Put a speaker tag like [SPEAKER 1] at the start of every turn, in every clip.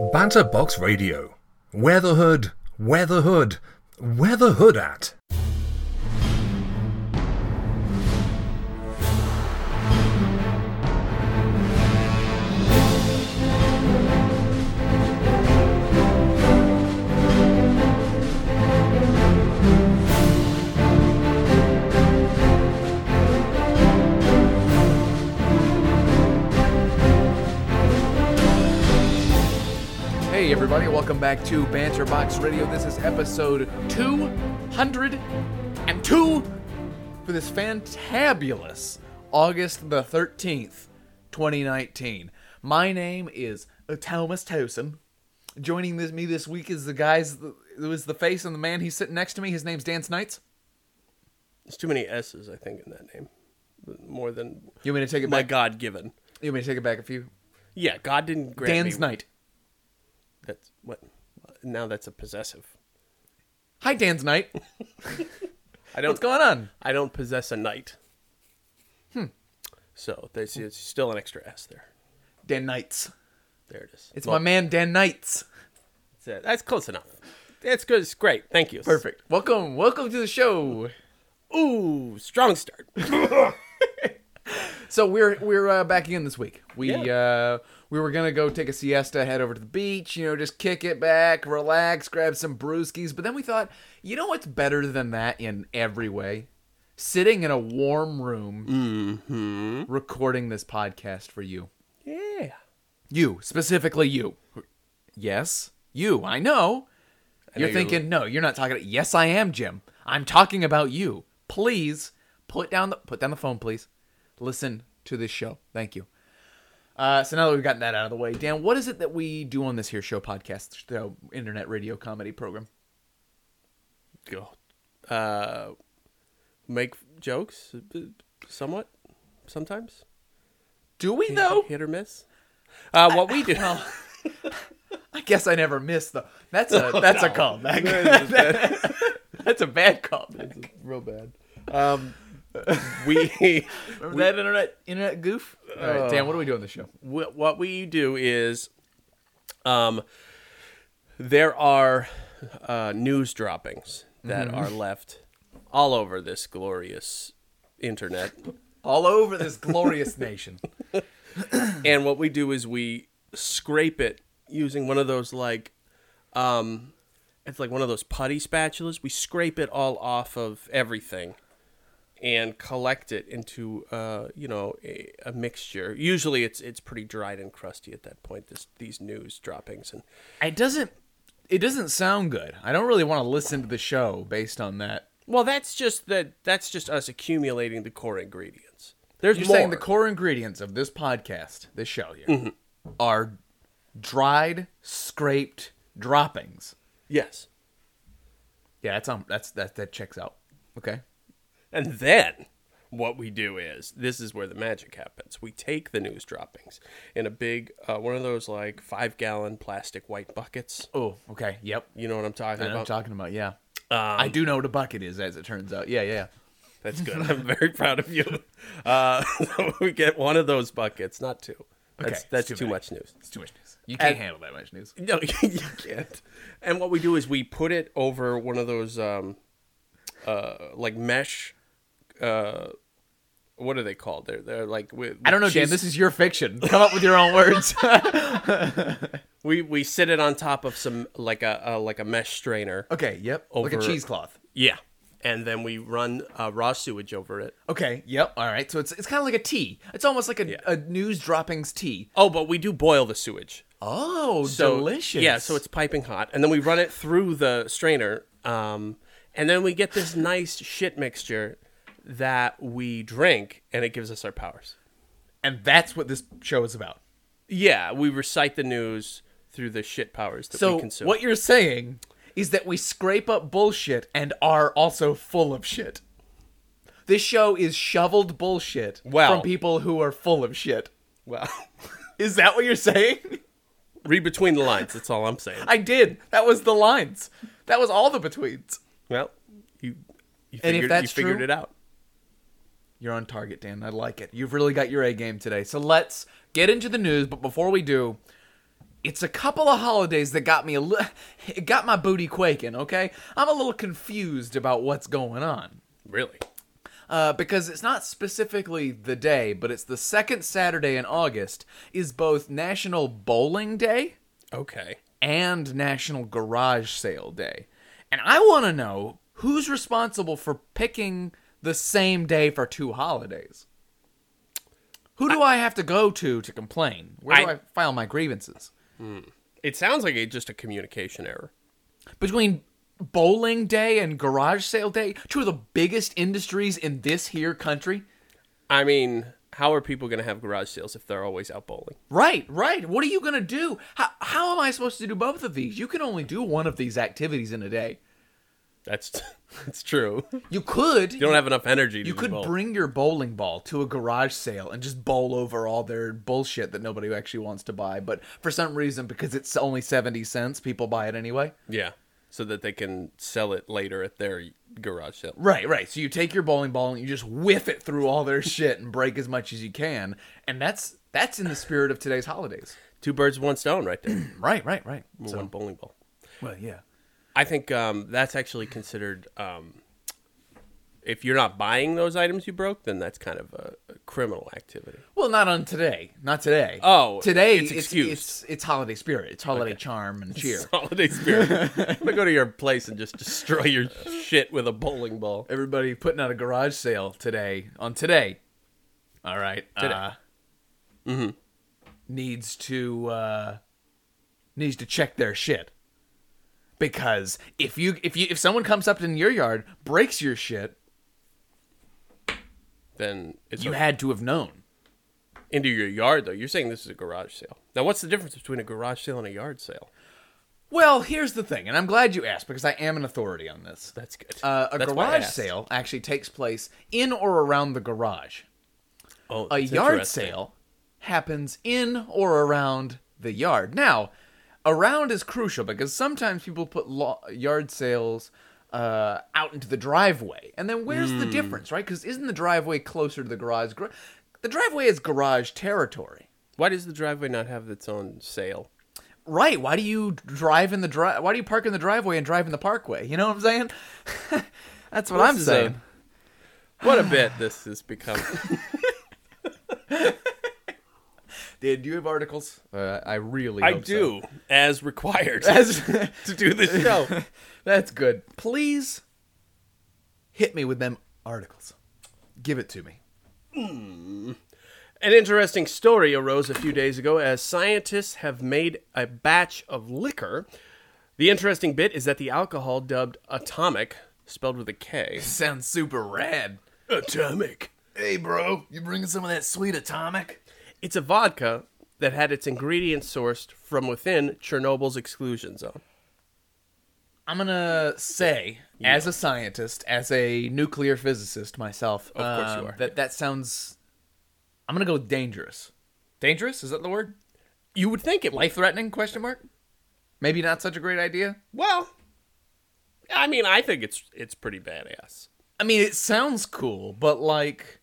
[SPEAKER 1] Banterbox Radio. Where the hood? Where the hood? Where the hood at?
[SPEAKER 2] Hey, everybody, welcome back to Banter Box Radio. This is episode 202 for this fantabulous August the 13th, 2019. My name is Thomas Tosin. Joining this, me this week is the guys, it was the face and the man he's sitting next to me. His name's Dan Snites.
[SPEAKER 3] There's too many S's, I think, in that name. More than
[SPEAKER 2] You want me to take it
[SPEAKER 3] my
[SPEAKER 2] back?
[SPEAKER 3] God given.
[SPEAKER 2] You want me to take it back a few?
[SPEAKER 3] Yeah, God didn't grant
[SPEAKER 2] Dan's
[SPEAKER 3] me.
[SPEAKER 2] Knight.
[SPEAKER 3] That's what. Now that's a possessive.
[SPEAKER 2] Hi, Dan's Knight.
[SPEAKER 3] I don't.
[SPEAKER 2] What's going on?
[SPEAKER 3] I don't possess a knight. Hmm. So there's it's still an extra S there.
[SPEAKER 2] Dan Knights.
[SPEAKER 3] There it is.
[SPEAKER 2] It's
[SPEAKER 3] Well,
[SPEAKER 2] my man, Dan Knights.
[SPEAKER 3] that's it. That's close enough. That's good. It's great. Thank you.
[SPEAKER 2] Perfect. Welcome, welcome to the show.
[SPEAKER 3] Ooh, strong start.
[SPEAKER 2] So we're we're uh, back again this week. We uh, we were gonna go take a siesta, head over to the beach, you know, just kick it back, relax, grab some brewskis. But then we thought, you know what's better than that in every way? Sitting in a warm room, recording this podcast for you,
[SPEAKER 3] Yeah.
[SPEAKER 2] you specifically you. Yes, you. I know. you're
[SPEAKER 3] you're-
[SPEAKER 2] thinking, no, you're not talking. Yes, I am, Jim. I'm talking about you. Please put down the put down the phone, please. Listen to this show. Thank you. Uh, so now that we've gotten that out of the way, Dan, what is it that we do on this here show podcast, show, internet radio comedy program?
[SPEAKER 3] Go. Uh, make jokes, uh, somewhat, sometimes.
[SPEAKER 2] Do we though?
[SPEAKER 3] Hit or miss. Uh, what we do.
[SPEAKER 2] I guess I never miss though. That's a that's a callback. that's a bad callback.
[SPEAKER 3] real bad. Um, we,
[SPEAKER 2] Remember that internet internet goof? All right, Dan, what do we do on this show?
[SPEAKER 3] wh- what we do is, um, there are uh, news droppings that are left all over this glorious internet,
[SPEAKER 2] All over this glorious nation.
[SPEAKER 3] and what we do is we scrape it using one of those like, um, it's like one of those putty spatulas. We scrape it all off of everything. and collect it into uh, you know a, a mixture. Usually, it's it's pretty dried and crusty at that point. This these news droppings and
[SPEAKER 2] It doesn't. It doesn't sound good. I don't really want to listen to the show based on that.
[SPEAKER 3] well, that's just that that's just us accumulating the core ingredients. There's
[SPEAKER 2] You're
[SPEAKER 3] more.
[SPEAKER 2] saying the core ingredients of this podcast, this show here, are dried, scraped droppings.
[SPEAKER 3] yes,
[SPEAKER 2] Yeah, that's um, that's that that checks out. Okay.
[SPEAKER 3] and then what we do is this is where the magic happens. We take the news droppings in a big uh, one of those like five gallon plastic white buckets.
[SPEAKER 2] Oh, okay. Yep.
[SPEAKER 3] You know what I'm talking
[SPEAKER 2] I know what I'm
[SPEAKER 3] about?
[SPEAKER 2] talking about. Um, Yeah. I do know what a bucket is, as it turns out. Yeah, yeah. yeah.
[SPEAKER 3] That's good. I'm very proud of you. Uh, we get one of those buckets, not two. That's,
[SPEAKER 2] Okay,
[SPEAKER 3] that's
[SPEAKER 2] it's too
[SPEAKER 3] too,
[SPEAKER 2] many.
[SPEAKER 3] much news.
[SPEAKER 2] It's too much news. You can't
[SPEAKER 3] And-
[SPEAKER 2] handle that much news.
[SPEAKER 3] No, you can't. And what we do is we put it over one of those, um, uh, like mesh. Uh, what are they called? They're they're like with,
[SPEAKER 2] I don't know, Dan. This is your fiction. Come up with your own words.
[SPEAKER 3] we we sit it on top of some like a, a like a mesh strainer.
[SPEAKER 2] okay. Yep. Like a
[SPEAKER 3] Over-
[SPEAKER 2] cheesecloth.
[SPEAKER 3] Yeah, and then we run uh, raw sewage over it.
[SPEAKER 2] Okay. Yep. All right. So it's it's kind of like a tea. It's almost like a, a news droppings tea.
[SPEAKER 3] Oh, but we do boil the sewage.
[SPEAKER 2] Oh,
[SPEAKER 3] So-
[SPEAKER 2] delicious.
[SPEAKER 3] Yeah, so it's piping hot, and then we run it through the strainer, um, and then we get this nice shit mixture that we drink, and it gives us our powers.
[SPEAKER 2] and that's what this show is about.
[SPEAKER 3] Yeah, we recite the news through the shit powers that
[SPEAKER 2] So
[SPEAKER 3] we consume.
[SPEAKER 2] what you're saying is that we scrape up bullshit and are also full of shit. This show is shoveled bullshit
[SPEAKER 3] Well-
[SPEAKER 2] from people who are full of shit.
[SPEAKER 3] Well,
[SPEAKER 2] Is that what you're saying?
[SPEAKER 3] read between the lines. That's all I'm saying.
[SPEAKER 2] I did. That was the lines. That was all the betweens.
[SPEAKER 3] Well, you you figured,
[SPEAKER 2] And if that's
[SPEAKER 3] you figured
[SPEAKER 2] true-
[SPEAKER 3] it out.
[SPEAKER 2] You're on target, Dan. I like it. You've really got your A game today. So let's get into the news. But before we do, it's a couple of holidays that got me a li- it got my booty quaking, okay? I'm a little confused about what's going on.
[SPEAKER 3] Really?
[SPEAKER 2] Uh, because it's not specifically the day, but it's the second Saturday in August is both National Bowling Day
[SPEAKER 3] Okay.
[SPEAKER 2] and National Garage Sale Day. And I want to know who's responsible for picking the same day for two holidays. Who do I, have to go to to complain? Where do
[SPEAKER 3] I-
[SPEAKER 2] I file my grievances?
[SPEAKER 3] It sounds like it, just a communication error.
[SPEAKER 2] Between bowling day and garage sale day, two of the biggest industries in this here country.
[SPEAKER 3] I mean, how are people going to have garage sales if they're always out bowling?
[SPEAKER 2] Right, right. What are you going to do? How, how am I supposed to do both of these? You can only do one of these activities in a day.
[SPEAKER 3] That's that's true. You
[SPEAKER 2] You could.
[SPEAKER 3] don't have enough energy. To
[SPEAKER 2] You
[SPEAKER 3] do
[SPEAKER 2] could
[SPEAKER 3] both.
[SPEAKER 2] bring your bowling ball to a garage sale and just bowl over all their bullshit that nobody actually wants to buy. But for some reason, because it's only 70 cents, people buy it anyway.
[SPEAKER 3] yeah, so that they can sell it later at their garage sale.
[SPEAKER 2] Right, right. So you take your bowling ball and you just whiff it through all their shit and break as much as you can. And that's that's in the spirit of today's holidays.
[SPEAKER 3] Two birds, with one stone, right there.
[SPEAKER 2] Right, right, right.
[SPEAKER 3] Or one bowling ball.
[SPEAKER 2] Well, yeah.
[SPEAKER 3] I think um, that's actually considered. Um, if you're not buying those items you broke, then that's kind of a, a criminal activity.
[SPEAKER 2] Well, not on today. Not today.
[SPEAKER 3] Oh,
[SPEAKER 2] today
[SPEAKER 3] it's
[SPEAKER 2] it's it's,
[SPEAKER 3] excused.
[SPEAKER 2] it's holiday spirit. It's holiday charm and cheer.
[SPEAKER 3] Holiday spirit. I'm gonna go to your place and just destroy your shit with a bowling ball.
[SPEAKER 2] everybody putting out a garage sale today on today. All right. Today. Uh, Needs to uh, needs to check their shit because if you if you if someone comes up in your yard breaks your shit,
[SPEAKER 3] Then it's
[SPEAKER 2] you
[SPEAKER 3] okay.
[SPEAKER 2] had to have known.
[SPEAKER 3] into your yard though. You're saying this is a garage sale. Now, what's the difference between a garage sale and a yard sale?
[SPEAKER 2] Well, here's the thing, and I'm glad you asked because I am an authority on this.
[SPEAKER 3] That's good.
[SPEAKER 2] Uh, a
[SPEAKER 3] That's why I
[SPEAKER 2] garage
[SPEAKER 3] asked.
[SPEAKER 2] sale actually takes place in or around the garage.
[SPEAKER 3] Oh,
[SPEAKER 2] a
[SPEAKER 3] that's
[SPEAKER 2] yard
[SPEAKER 3] interesting.
[SPEAKER 2] sale happens in or around the yard. Now, around is crucial because sometimes people put lo- yard sales uh, out into the driveway, and then where's the difference, right? Because isn't the driveway closer to the garage? Gra- the driveway is garage territory,
[SPEAKER 3] Why does the driveway not have its own sale?
[SPEAKER 2] right? Why do you drive in the drive? Why do you park in the driveway and drive in the parkway? You know what I'm saying? That's what I'm
[SPEAKER 3] This is a-
[SPEAKER 2] saying.
[SPEAKER 3] what a bit this has become.
[SPEAKER 2] Did you have articles? Uh, I really,
[SPEAKER 3] I
[SPEAKER 2] hope so.
[SPEAKER 3] do, as required
[SPEAKER 2] As-
[SPEAKER 3] to do this show.
[SPEAKER 2] That's good. Please hit me with them articles. Give it to me.
[SPEAKER 3] An interesting story arose a few days ago as scientists have made a batch of liquor. The interesting bit is that the alcohol dubbed atomic, spelled with a K.
[SPEAKER 2] Sounds super rad.
[SPEAKER 3] Atomic.
[SPEAKER 2] Hey, bro, you bringing some of that sweet atomic?
[SPEAKER 3] It's a vodka that had its ingredients sourced from within Chernobyl's exclusion zone.
[SPEAKER 2] I'm gonna say, as a scientist, as a nuclear physicist myself, of
[SPEAKER 3] course you are.
[SPEAKER 2] That that sounds. I'm gonna go with dangerous. Dangerous is that the word?
[SPEAKER 3] You would think it
[SPEAKER 2] Life threatening? Question mark. Maybe not such a great idea.
[SPEAKER 3] Well, I mean, I think it's it's pretty badass.
[SPEAKER 2] I mean, it sounds cool, but like,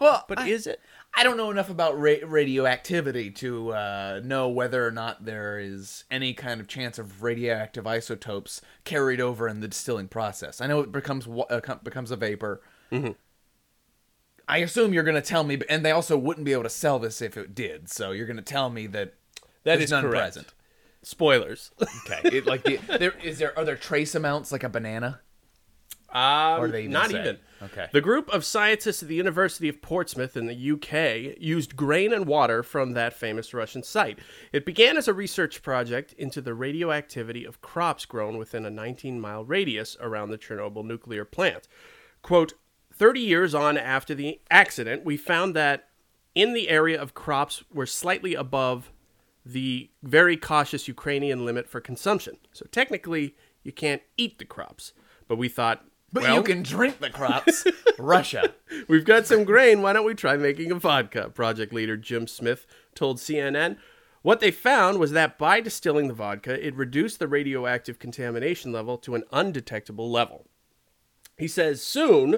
[SPEAKER 2] well,
[SPEAKER 3] But
[SPEAKER 2] I-
[SPEAKER 3] is it?
[SPEAKER 2] I don't know enough about ra- radioactivity to uh, know whether or not there is any kind of chance of radioactive isotopes carried over in the distilling process. I know it becomes wa- uh, com- becomes a vapor. I assume you're going to tell me, b- and they also wouldn't be able to sell this if it did. So you're going to tell me that
[SPEAKER 3] That
[SPEAKER 2] there's
[SPEAKER 3] is
[SPEAKER 2] none
[SPEAKER 3] correct.
[SPEAKER 2] present.
[SPEAKER 3] Spoilers.
[SPEAKER 2] Okay, it, like the, there is there are there trace amounts like a banana?
[SPEAKER 3] Um,
[SPEAKER 2] Or they even
[SPEAKER 3] not
[SPEAKER 2] say?
[SPEAKER 3] even.
[SPEAKER 2] Okay.
[SPEAKER 3] The group of scientists at the University of Portsmouth in the UK used grain and water from that famous Russian site. It began as a research project into the radioactivity of crops grown within a 19 mile radius around the Chernobyl nuclear plant. Quote 30 years on after the accident, we found that in the area of crops were slightly above the very cautious Ukrainian limit for consumption. So technically, you can't eat the crops. But we thought,
[SPEAKER 2] But
[SPEAKER 3] well,
[SPEAKER 2] you can drink the crops. Russia.
[SPEAKER 3] we've got some grain. Why don't we try making a vodka? Project leader Jim Smith told CNN. What they found was that by distilling the vodka, it reduced the radioactive contamination level to an undetectable level. He says soon,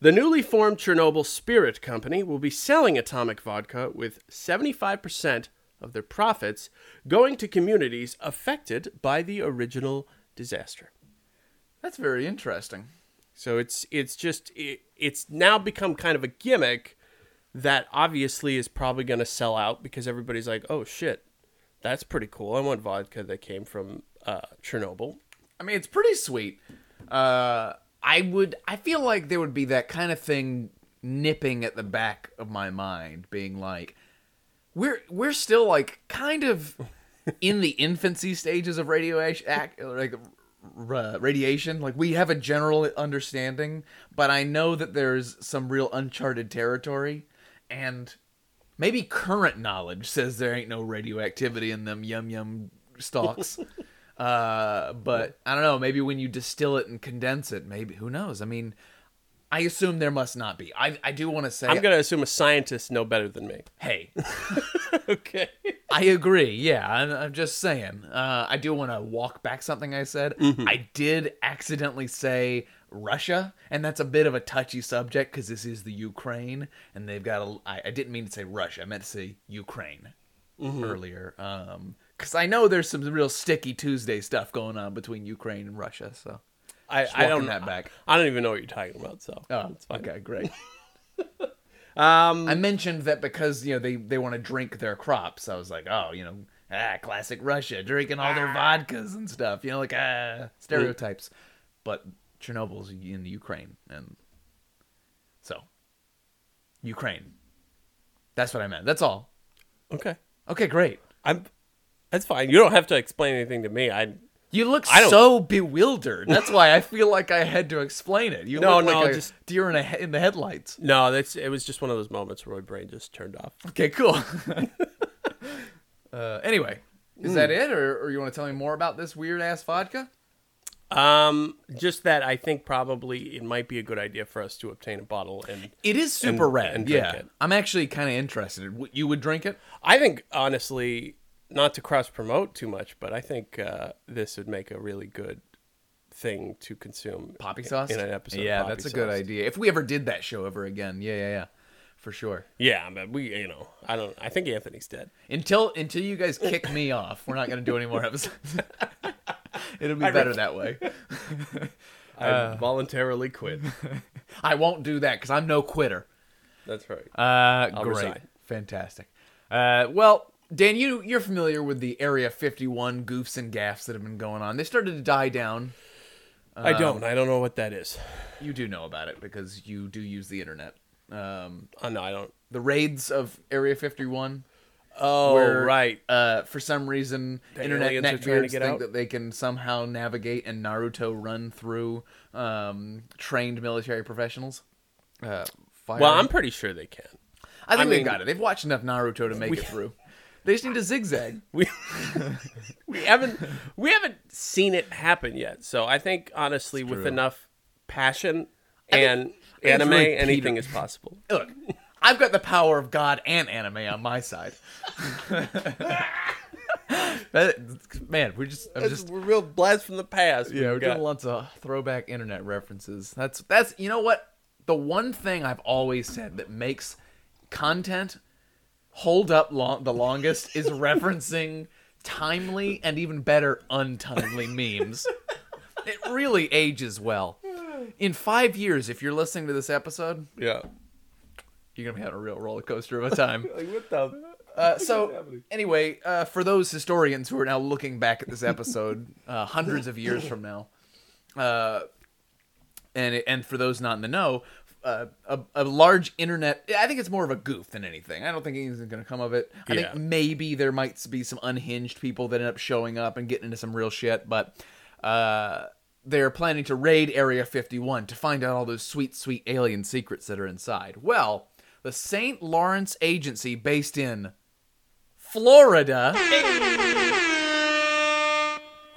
[SPEAKER 3] the newly formed Chernobyl Spirit Company will be selling atomic vodka with 75% of their profits going to communities affected by the original disaster.
[SPEAKER 2] That's very interesting.
[SPEAKER 3] So it's it's just it, it's now become kind of a gimmick that obviously is probably going to sell out because everybody's like, "Oh shit, that's pretty cool. I want vodka that came from uh, Chernobyl."
[SPEAKER 2] I mean, it's pretty sweet. Uh, I would. I feel like there would be that kind of thing nipping at the back of my mind, being like, "We're we're still like kind of in the infancy stages of radiation, ac- like ra- radiation. Like we have a general understanding, but I know that there's some real uncharted territory, and maybe current knowledge says there ain't no radioactivity in them yum yum stalks." Uh, but I don't know. Maybe when you distill it and condense it, maybe who knows? I mean, I assume there must not be. I I do want to say,
[SPEAKER 3] I'm going to assume a scientist know better than me.
[SPEAKER 2] hey,
[SPEAKER 3] okay.
[SPEAKER 2] I agree. Yeah, I'm, I'm just saying. Uh, I do want to walk back something I said.
[SPEAKER 3] Mm-hmm.
[SPEAKER 2] I did accidentally say Russia, and that's a bit of a touchy subject because this is the Ukraine, and they've got a. I, I didn't mean to say Russia. I meant to say Ukraine
[SPEAKER 3] Mm-hmm.
[SPEAKER 2] earlier. Um, because I know there's some real sticky Tuesday stuff going on between Ukraine and Russia. So
[SPEAKER 3] I,
[SPEAKER 2] Just
[SPEAKER 3] I don't
[SPEAKER 2] walking that back.
[SPEAKER 3] I don't even know what you're talking about. So
[SPEAKER 2] Oh,
[SPEAKER 3] it's fine.
[SPEAKER 2] okay, great. um, I
[SPEAKER 3] Mm-hmm.
[SPEAKER 2] mentioned that because you know they they want to drink their crops. I was like, oh, you know, ah, classic Russia, drinking all
[SPEAKER 3] Ah.
[SPEAKER 2] their vodkas and stuff. You know, like ah, stereotypes. But Chernobyl's in the Ukraine, and so Ukraine. That's what I meant. That's all.
[SPEAKER 3] Okay.
[SPEAKER 2] Okay, great.
[SPEAKER 3] I'm. That's fine. You don't have to explain anything to me. I
[SPEAKER 2] You look
[SPEAKER 3] I don't-
[SPEAKER 2] so bewildered. That's why I feel like I had to explain it. You
[SPEAKER 3] No,
[SPEAKER 2] look like
[SPEAKER 3] no,
[SPEAKER 2] a
[SPEAKER 3] just-
[SPEAKER 2] deer in, a, he- in the headlights.
[SPEAKER 3] no. That's it was just one of those moments where my brain just turned off.
[SPEAKER 2] Okay, cool. uh, anyway, is that it, or, or you want to tell me more about this weird ass vodka?
[SPEAKER 3] Um, just that I think probably it might be a good idea for us to obtain a bottle, and
[SPEAKER 2] It is super
[SPEAKER 3] And-
[SPEAKER 2] red.
[SPEAKER 3] and drink
[SPEAKER 2] yeah,
[SPEAKER 3] it.
[SPEAKER 2] I'm actually kind of interested. W- You would drink it?
[SPEAKER 3] I think honestly, not to cross promote too much, but I think uh, this would make a really good thing to consume
[SPEAKER 2] Poppy
[SPEAKER 3] in-
[SPEAKER 2] sauce
[SPEAKER 3] in an episode. of
[SPEAKER 2] Yeah,
[SPEAKER 3] Poppy
[SPEAKER 2] that's a good
[SPEAKER 3] Sauce.
[SPEAKER 2] idea. If we ever did that show ever again, yeah, yeah, yeah, for sure.
[SPEAKER 3] Yeah, but we, you know, I don't. I think Anthony's dead.
[SPEAKER 2] Until until you guys kick me off, we're not going to do any more episodes. It'll be better that way.
[SPEAKER 3] I
[SPEAKER 2] Uh.
[SPEAKER 3] voluntarily quit.
[SPEAKER 2] I won't do that because I'm no quitter.
[SPEAKER 3] That's right.
[SPEAKER 2] Uh, great,
[SPEAKER 3] resign.
[SPEAKER 2] fantastic. Uh, well, Dan, you you're familiar with the Area 51 goofs and gaffs that have been going on. They started to die down.
[SPEAKER 3] I
[SPEAKER 2] um,
[SPEAKER 3] don't. I don't know what that is.
[SPEAKER 2] You do know about it because you do use the internet. Um,
[SPEAKER 3] Oh no, I don't.
[SPEAKER 2] the raids of Area 51.
[SPEAKER 3] Oh
[SPEAKER 2] where,
[SPEAKER 3] right.
[SPEAKER 2] Uh, for some reason, internet
[SPEAKER 3] aliens are
[SPEAKER 2] neckbeards
[SPEAKER 3] trying to get
[SPEAKER 2] think
[SPEAKER 3] out?
[SPEAKER 2] that they can somehow navigate and Naruto run through um, trained military professionals. Uh, fire-
[SPEAKER 3] Well, I'm pretty sure they can.
[SPEAKER 2] I think
[SPEAKER 3] I
[SPEAKER 2] they've
[SPEAKER 3] mean-
[SPEAKER 2] got it. They've watched enough Naruto to make it through. They just need to zigzag.
[SPEAKER 3] We we haven't we haven't seen it happen yet. So I think honestly, with enough passion and
[SPEAKER 2] it's
[SPEAKER 3] anime,
[SPEAKER 2] really Peter.
[SPEAKER 3] anything is possible.
[SPEAKER 2] look, I've got the power of God and anime on my side. That- man, we're just, I'm just,
[SPEAKER 3] we're real blast from the past.
[SPEAKER 2] yeah, we're doing lots of throwback internet references. That's that's you know what the one thing I've always said that makes content hold up long the longest is referencing timely and even better untimely memes. It really ages well. In five years, if you're listening to this episode,
[SPEAKER 3] yeah.
[SPEAKER 2] you're gonna be having a real roller coaster of a time.
[SPEAKER 3] Like what the?
[SPEAKER 2] Uh, so anyway, uh, for those historians who are now looking back at this episode uh, hundreds of years from now, uh, and and for those not in the know, uh, a, a large internet. I think it's more of a goof than anything. I don't think anything's going to come of it. I
[SPEAKER 3] Yeah.
[SPEAKER 2] think maybe there might be some unhinged people that end up showing up and getting into some real shit, but. Uh, they're planning to raid Area 51 to find out all those sweet, sweet alien secrets that are inside. Well, the St. Lawrence Agency, based in Florida,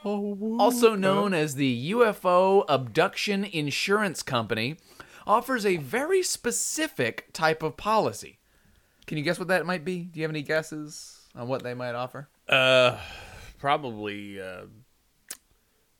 [SPEAKER 2] also known as the UFO Abduction Insurance Company, offers a very specific type of policy. Can you guess what that might be? Do you have any guesses on what they might offer?
[SPEAKER 3] Uh, probably uh,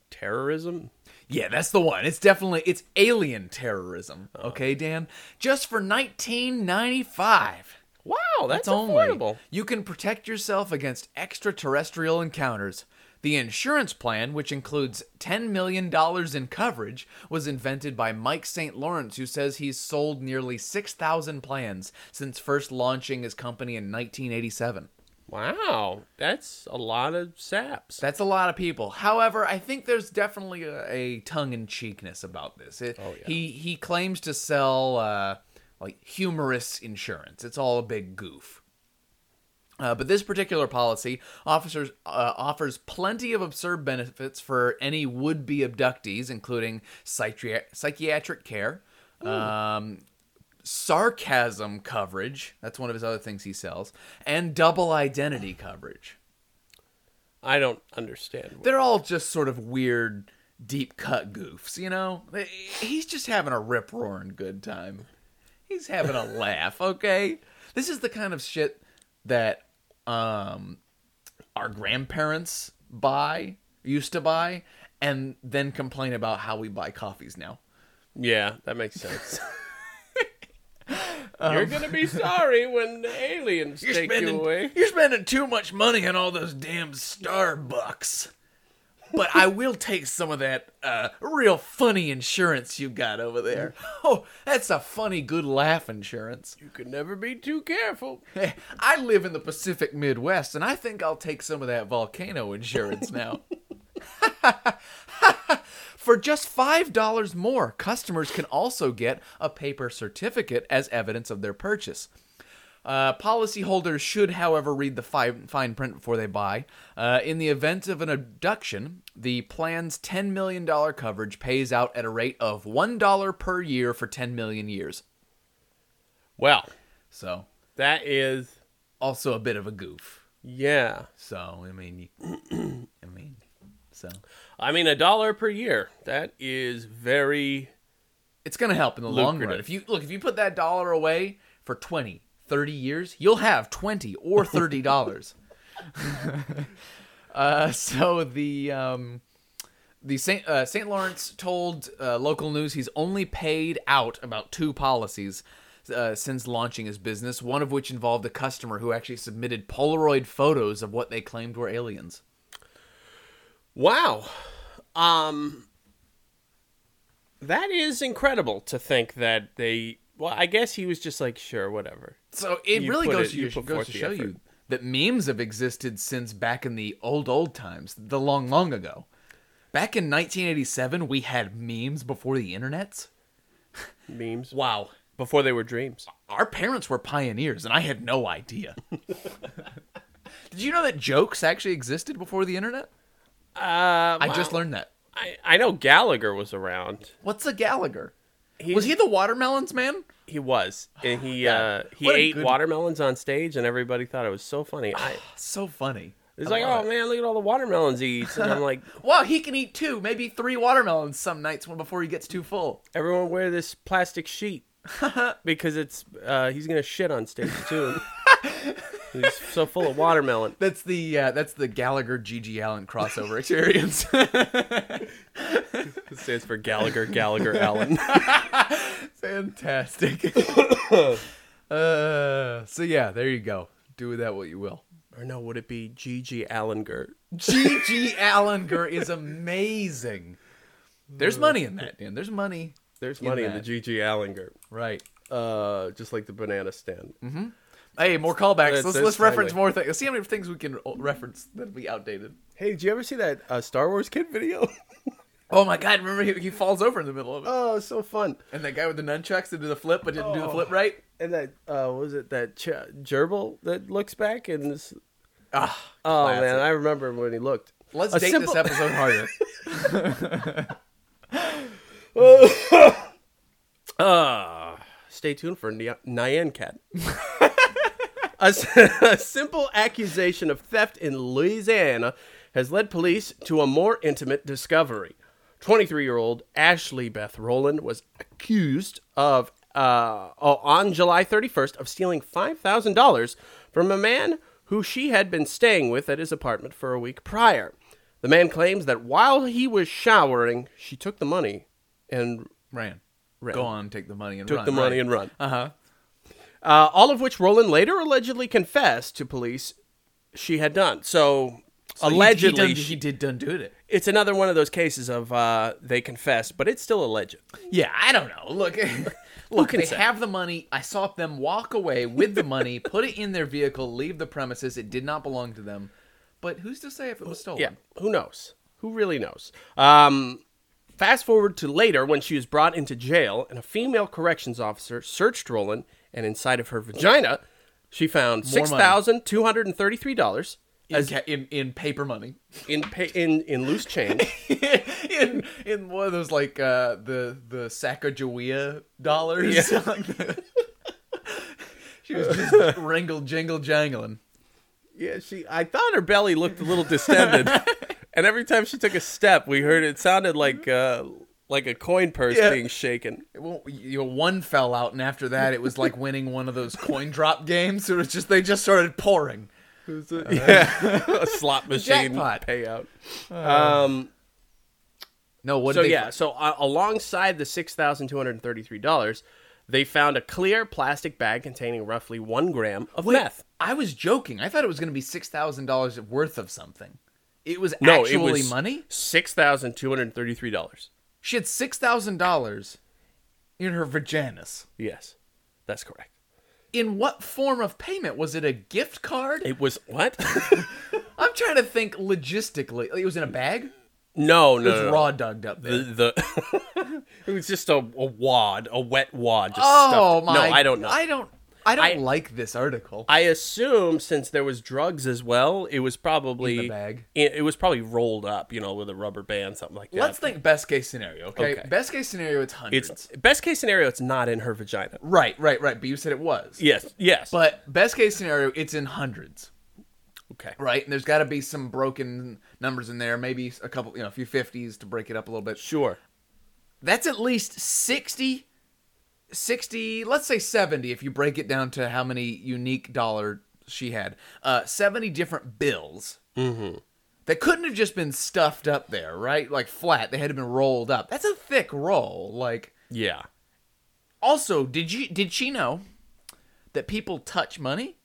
[SPEAKER 3] terrorism.
[SPEAKER 2] Yeah, that's the one. It's definitely it's alien terrorism. Okay, Dan. Just for 1995.
[SPEAKER 3] Wow, that's,
[SPEAKER 2] It's only
[SPEAKER 3] affordable.
[SPEAKER 2] you can protect yourself against extraterrestrial encounters. The insurance plan, which includes $10 million in coverage, was invented by Mike St. Lawrence, who says he's sold nearly 6,000 plans since first launching his company in 1987.
[SPEAKER 3] Wow, that's a lot of saps.
[SPEAKER 2] That's a lot of people. However, I think there's definitely a, a tongue-in-cheekness about this. It,
[SPEAKER 3] Oh, yeah.
[SPEAKER 2] He he claims to sell uh, like humorous insurance. It's all a big goof. Uh, but this particular policy officers, uh, offers plenty of absurd benefits for any would-be abductees, including psychia- psychiatric care, um, sarcasm coverage. That's one of his other things he sells, and double identity coverage.
[SPEAKER 3] I don't understand. what-
[SPEAKER 2] They're all just sort of weird, deep cut goofs, you know? He's just having a rip roaring good time. He's having a laugh, okay? This is the kind of shit that um, our grandparents buy, used to buy, and then complain about how we buy coffees now.
[SPEAKER 3] Yeah, that makes sense. You're gonna be sorry when the aliens take you away.
[SPEAKER 2] you're spending too much money on all those damn Starbucks. But I will take some of that uh, real funny insurance you got over there. Oh, that's a funny good laugh insurance.
[SPEAKER 3] You can never be too careful.
[SPEAKER 2] Hey, I live in the Pacific Midwest, and I think I'll take some of that volcano insurance now. For just $5 more, customers can also get a paper certificate as evidence of their purchase. Uh, policyholders should, however, read the fi- fine print before they buy. Uh, in the event of an abduction, the plan's $10 million coverage pays out at a rate of $1 per year for 10 million years.
[SPEAKER 3] Well,
[SPEAKER 2] So,
[SPEAKER 3] that is
[SPEAKER 2] also a bit of a goof.
[SPEAKER 3] yeah.
[SPEAKER 2] So I mean, you, I mean, so
[SPEAKER 3] I mean, a dollar per year. That is very.
[SPEAKER 2] it's gonna help in the long run.
[SPEAKER 3] Lucrative.
[SPEAKER 2] If you look, if you put that dollar away for 20, 30 years, you'll have twenty or thirty dollars. uh, so the um, the Saint uh, Saint Lawrence told uh, local news he's only paid out about two policies. Uh, since launching his business, one of which involved a customer who actually submitted Polaroid photos of what they claimed were aliens.
[SPEAKER 3] Wow. Um that is incredible to think that they well, I guess he was just like, sure, whatever.
[SPEAKER 2] So it
[SPEAKER 3] You
[SPEAKER 2] really
[SPEAKER 3] put
[SPEAKER 2] goes
[SPEAKER 3] it-
[SPEAKER 2] to,
[SPEAKER 3] you
[SPEAKER 2] you
[SPEAKER 3] put
[SPEAKER 2] goes
[SPEAKER 3] forth
[SPEAKER 2] to
[SPEAKER 3] the
[SPEAKER 2] show
[SPEAKER 3] effort.
[SPEAKER 2] you that memes have existed since back in the old old times, the long long ago. Back in 1987, we had memes before the internets.
[SPEAKER 3] Memes.
[SPEAKER 2] Wow,
[SPEAKER 3] Before they were dreams.
[SPEAKER 2] our parents were pioneers, and I had no idea. Did you know that jokes actually existed before the internet?
[SPEAKER 3] Uh
[SPEAKER 2] I just learned that.
[SPEAKER 3] I, I know Gallagher was around.
[SPEAKER 2] What's a Gallagher?
[SPEAKER 3] He
[SPEAKER 2] Was he the watermelons man?
[SPEAKER 3] he was. And he uh he
[SPEAKER 2] What a
[SPEAKER 3] ate
[SPEAKER 2] good-
[SPEAKER 3] watermelons on stage and everybody thought it was so funny. I
[SPEAKER 2] So funny.
[SPEAKER 3] it's
[SPEAKER 2] I
[SPEAKER 3] like,
[SPEAKER 2] love
[SPEAKER 3] oh man, look at all the watermelons he eats. And I'm like,
[SPEAKER 2] it. wow, he can eat two, maybe three watermelons some nights when- before he gets too full.
[SPEAKER 3] everyone wear this plastic sheet because it's uh he's gonna shit on stage too. he's so full of watermelon.
[SPEAKER 2] That's the uh, that's the Gallagher GG Allen crossover experience.
[SPEAKER 3] It stands for Gallagher, Gallagher, Allen.
[SPEAKER 2] Fantastic. uh, so yeah, there you go. Do with that what you will.
[SPEAKER 3] or no, would it be G.G. Allengert?
[SPEAKER 2] GG Allinger is amazing. There's money in that, Dan. There's money.
[SPEAKER 3] There's
[SPEAKER 2] In
[SPEAKER 3] money in the
[SPEAKER 2] that.
[SPEAKER 3] G.G. Allengert.
[SPEAKER 2] Right.
[SPEAKER 3] Uh, just like the banana stand.
[SPEAKER 2] Hey, more callbacks.
[SPEAKER 3] That's-
[SPEAKER 2] let's
[SPEAKER 3] that's
[SPEAKER 2] let's reference
[SPEAKER 3] timely.
[SPEAKER 2] more things. Let's see how many things we can o- reference that'll be outdated.
[SPEAKER 3] Hey, did you ever see that uh, Star Wars Kid video?
[SPEAKER 2] Oh my God! Remember he, he falls over in the middle of it,
[SPEAKER 3] oh, so fun.
[SPEAKER 2] and that guy with the nunchucks that did the flip but didn't do the
[SPEAKER 3] Oh.
[SPEAKER 2] flip right.
[SPEAKER 3] And that, uh, what was it that ch- gerbil that looks back and this?
[SPEAKER 2] Ah,
[SPEAKER 3] Oh
[SPEAKER 2] Classic.
[SPEAKER 3] man, I remember when he looked.
[SPEAKER 2] let's
[SPEAKER 3] A
[SPEAKER 2] date
[SPEAKER 3] simple-
[SPEAKER 2] this episode harder.
[SPEAKER 3] Uh, stay tuned for Ny- Nyan Cat. a, s- a simple accusation of theft in Louisiana has led police to a more intimate discovery. 23 year old Ashley Beth Rowland was accused of, uh, oh, on July 31st, of stealing $5,000 from a man who she had been staying with at his apartment for a week prior. The man claims that while he was showering, she took the money and
[SPEAKER 2] Ran.
[SPEAKER 3] Ran.
[SPEAKER 2] Go on, take the money and
[SPEAKER 3] took
[SPEAKER 2] run.
[SPEAKER 3] the money
[SPEAKER 2] right.
[SPEAKER 3] and run.
[SPEAKER 2] Uh huh.
[SPEAKER 3] Uh, all of which Roland later allegedly confessed to police she had done. So, allegedly,
[SPEAKER 2] he, done,
[SPEAKER 3] she-
[SPEAKER 2] he did done do it.
[SPEAKER 3] it's another one of those cases of uh, they confessed, but it's still alleged.
[SPEAKER 2] Yeah, I don't know. Look, look,
[SPEAKER 3] can
[SPEAKER 2] they
[SPEAKER 3] say?
[SPEAKER 2] have the money. I saw them walk away with the money, put it in their vehicle, leave the premises. It did not belong to them. But who's to say if it was stolen?
[SPEAKER 3] Yeah, who knows? Who really knows? Um, fast forward to later when she was brought into jail, and a female corrections officer searched Roland, and inside of her vagina, she found six
[SPEAKER 2] money.
[SPEAKER 3] thousand two hundred and thirty-three dollars
[SPEAKER 2] In, ca- in, in paper money,
[SPEAKER 3] in pa- in in loose change.
[SPEAKER 2] in in one of those like uh, the the Sacagawea dollars. Like the- she was just wrangle jingle jangling.
[SPEAKER 3] yeah, she. I thought her belly looked a little distended, and every time she took a step, we heard it sounded like uh, like a coin purse
[SPEAKER 2] Yeah.
[SPEAKER 3] being shaken.
[SPEAKER 2] Well, you know, one fell out, and after that, it was like winning one of those coin drop games. It was just they just started pouring.
[SPEAKER 3] a slot machine
[SPEAKER 2] Jackpot.
[SPEAKER 3] payout. Um.
[SPEAKER 2] No, what?
[SPEAKER 3] So
[SPEAKER 2] did they
[SPEAKER 3] yeah, so uh, alongside the six thousand two hundred thirty-three dollars, they found a clear plastic bag containing roughly one gram of meth.
[SPEAKER 2] I was joking. I thought it was going to be six thousand dollars worth of something. It was
[SPEAKER 3] No,
[SPEAKER 2] actually
[SPEAKER 3] it was
[SPEAKER 2] money.
[SPEAKER 3] Six thousand two hundred thirty-three dollars.
[SPEAKER 2] She had six thousand dollars in her vaginas.
[SPEAKER 3] Yes, that's correct.
[SPEAKER 2] In what form of payment was it? A gift card?
[SPEAKER 3] It was what?
[SPEAKER 2] I'm trying to think logistically. It was in a bag.
[SPEAKER 3] no,
[SPEAKER 2] It
[SPEAKER 3] no,
[SPEAKER 2] was
[SPEAKER 3] no, no.
[SPEAKER 2] raw dogged up there.
[SPEAKER 3] The, the it was just a, a wad, a wet wad. Just
[SPEAKER 2] oh
[SPEAKER 3] stuffed.
[SPEAKER 2] my!
[SPEAKER 3] No, I don't know.
[SPEAKER 2] I don't. I don't
[SPEAKER 3] I-
[SPEAKER 2] like this article.
[SPEAKER 3] I assume since there was drugs as well, it was probably
[SPEAKER 2] In the bag.
[SPEAKER 3] It, it was probably rolled up, you know, with a rubber band, something like that.
[SPEAKER 2] Let's think best case scenario. Okay?
[SPEAKER 3] Okay.
[SPEAKER 2] Best case scenario, it's hundreds.
[SPEAKER 3] It's best case scenario. It's not in her vagina.
[SPEAKER 2] right, right, right. But you said it was.
[SPEAKER 3] Yes. Yes.
[SPEAKER 2] But best case scenario, it's in hundreds.
[SPEAKER 3] okay.
[SPEAKER 2] right? And there's got to be some broken numbers in there, maybe a couple, you know, a few 50s to break it up a little bit.
[SPEAKER 3] Sure.
[SPEAKER 2] That's at least 60 60, let's say 70 if you break it down to how many unique dollar she had. Uh 70 different bills. Mhm. That couldn't have just been stuffed up there, right? Like flat. They had to been rolled up. That's a thick roll. Like
[SPEAKER 3] Yeah.
[SPEAKER 2] also, did you did she know that people touch money?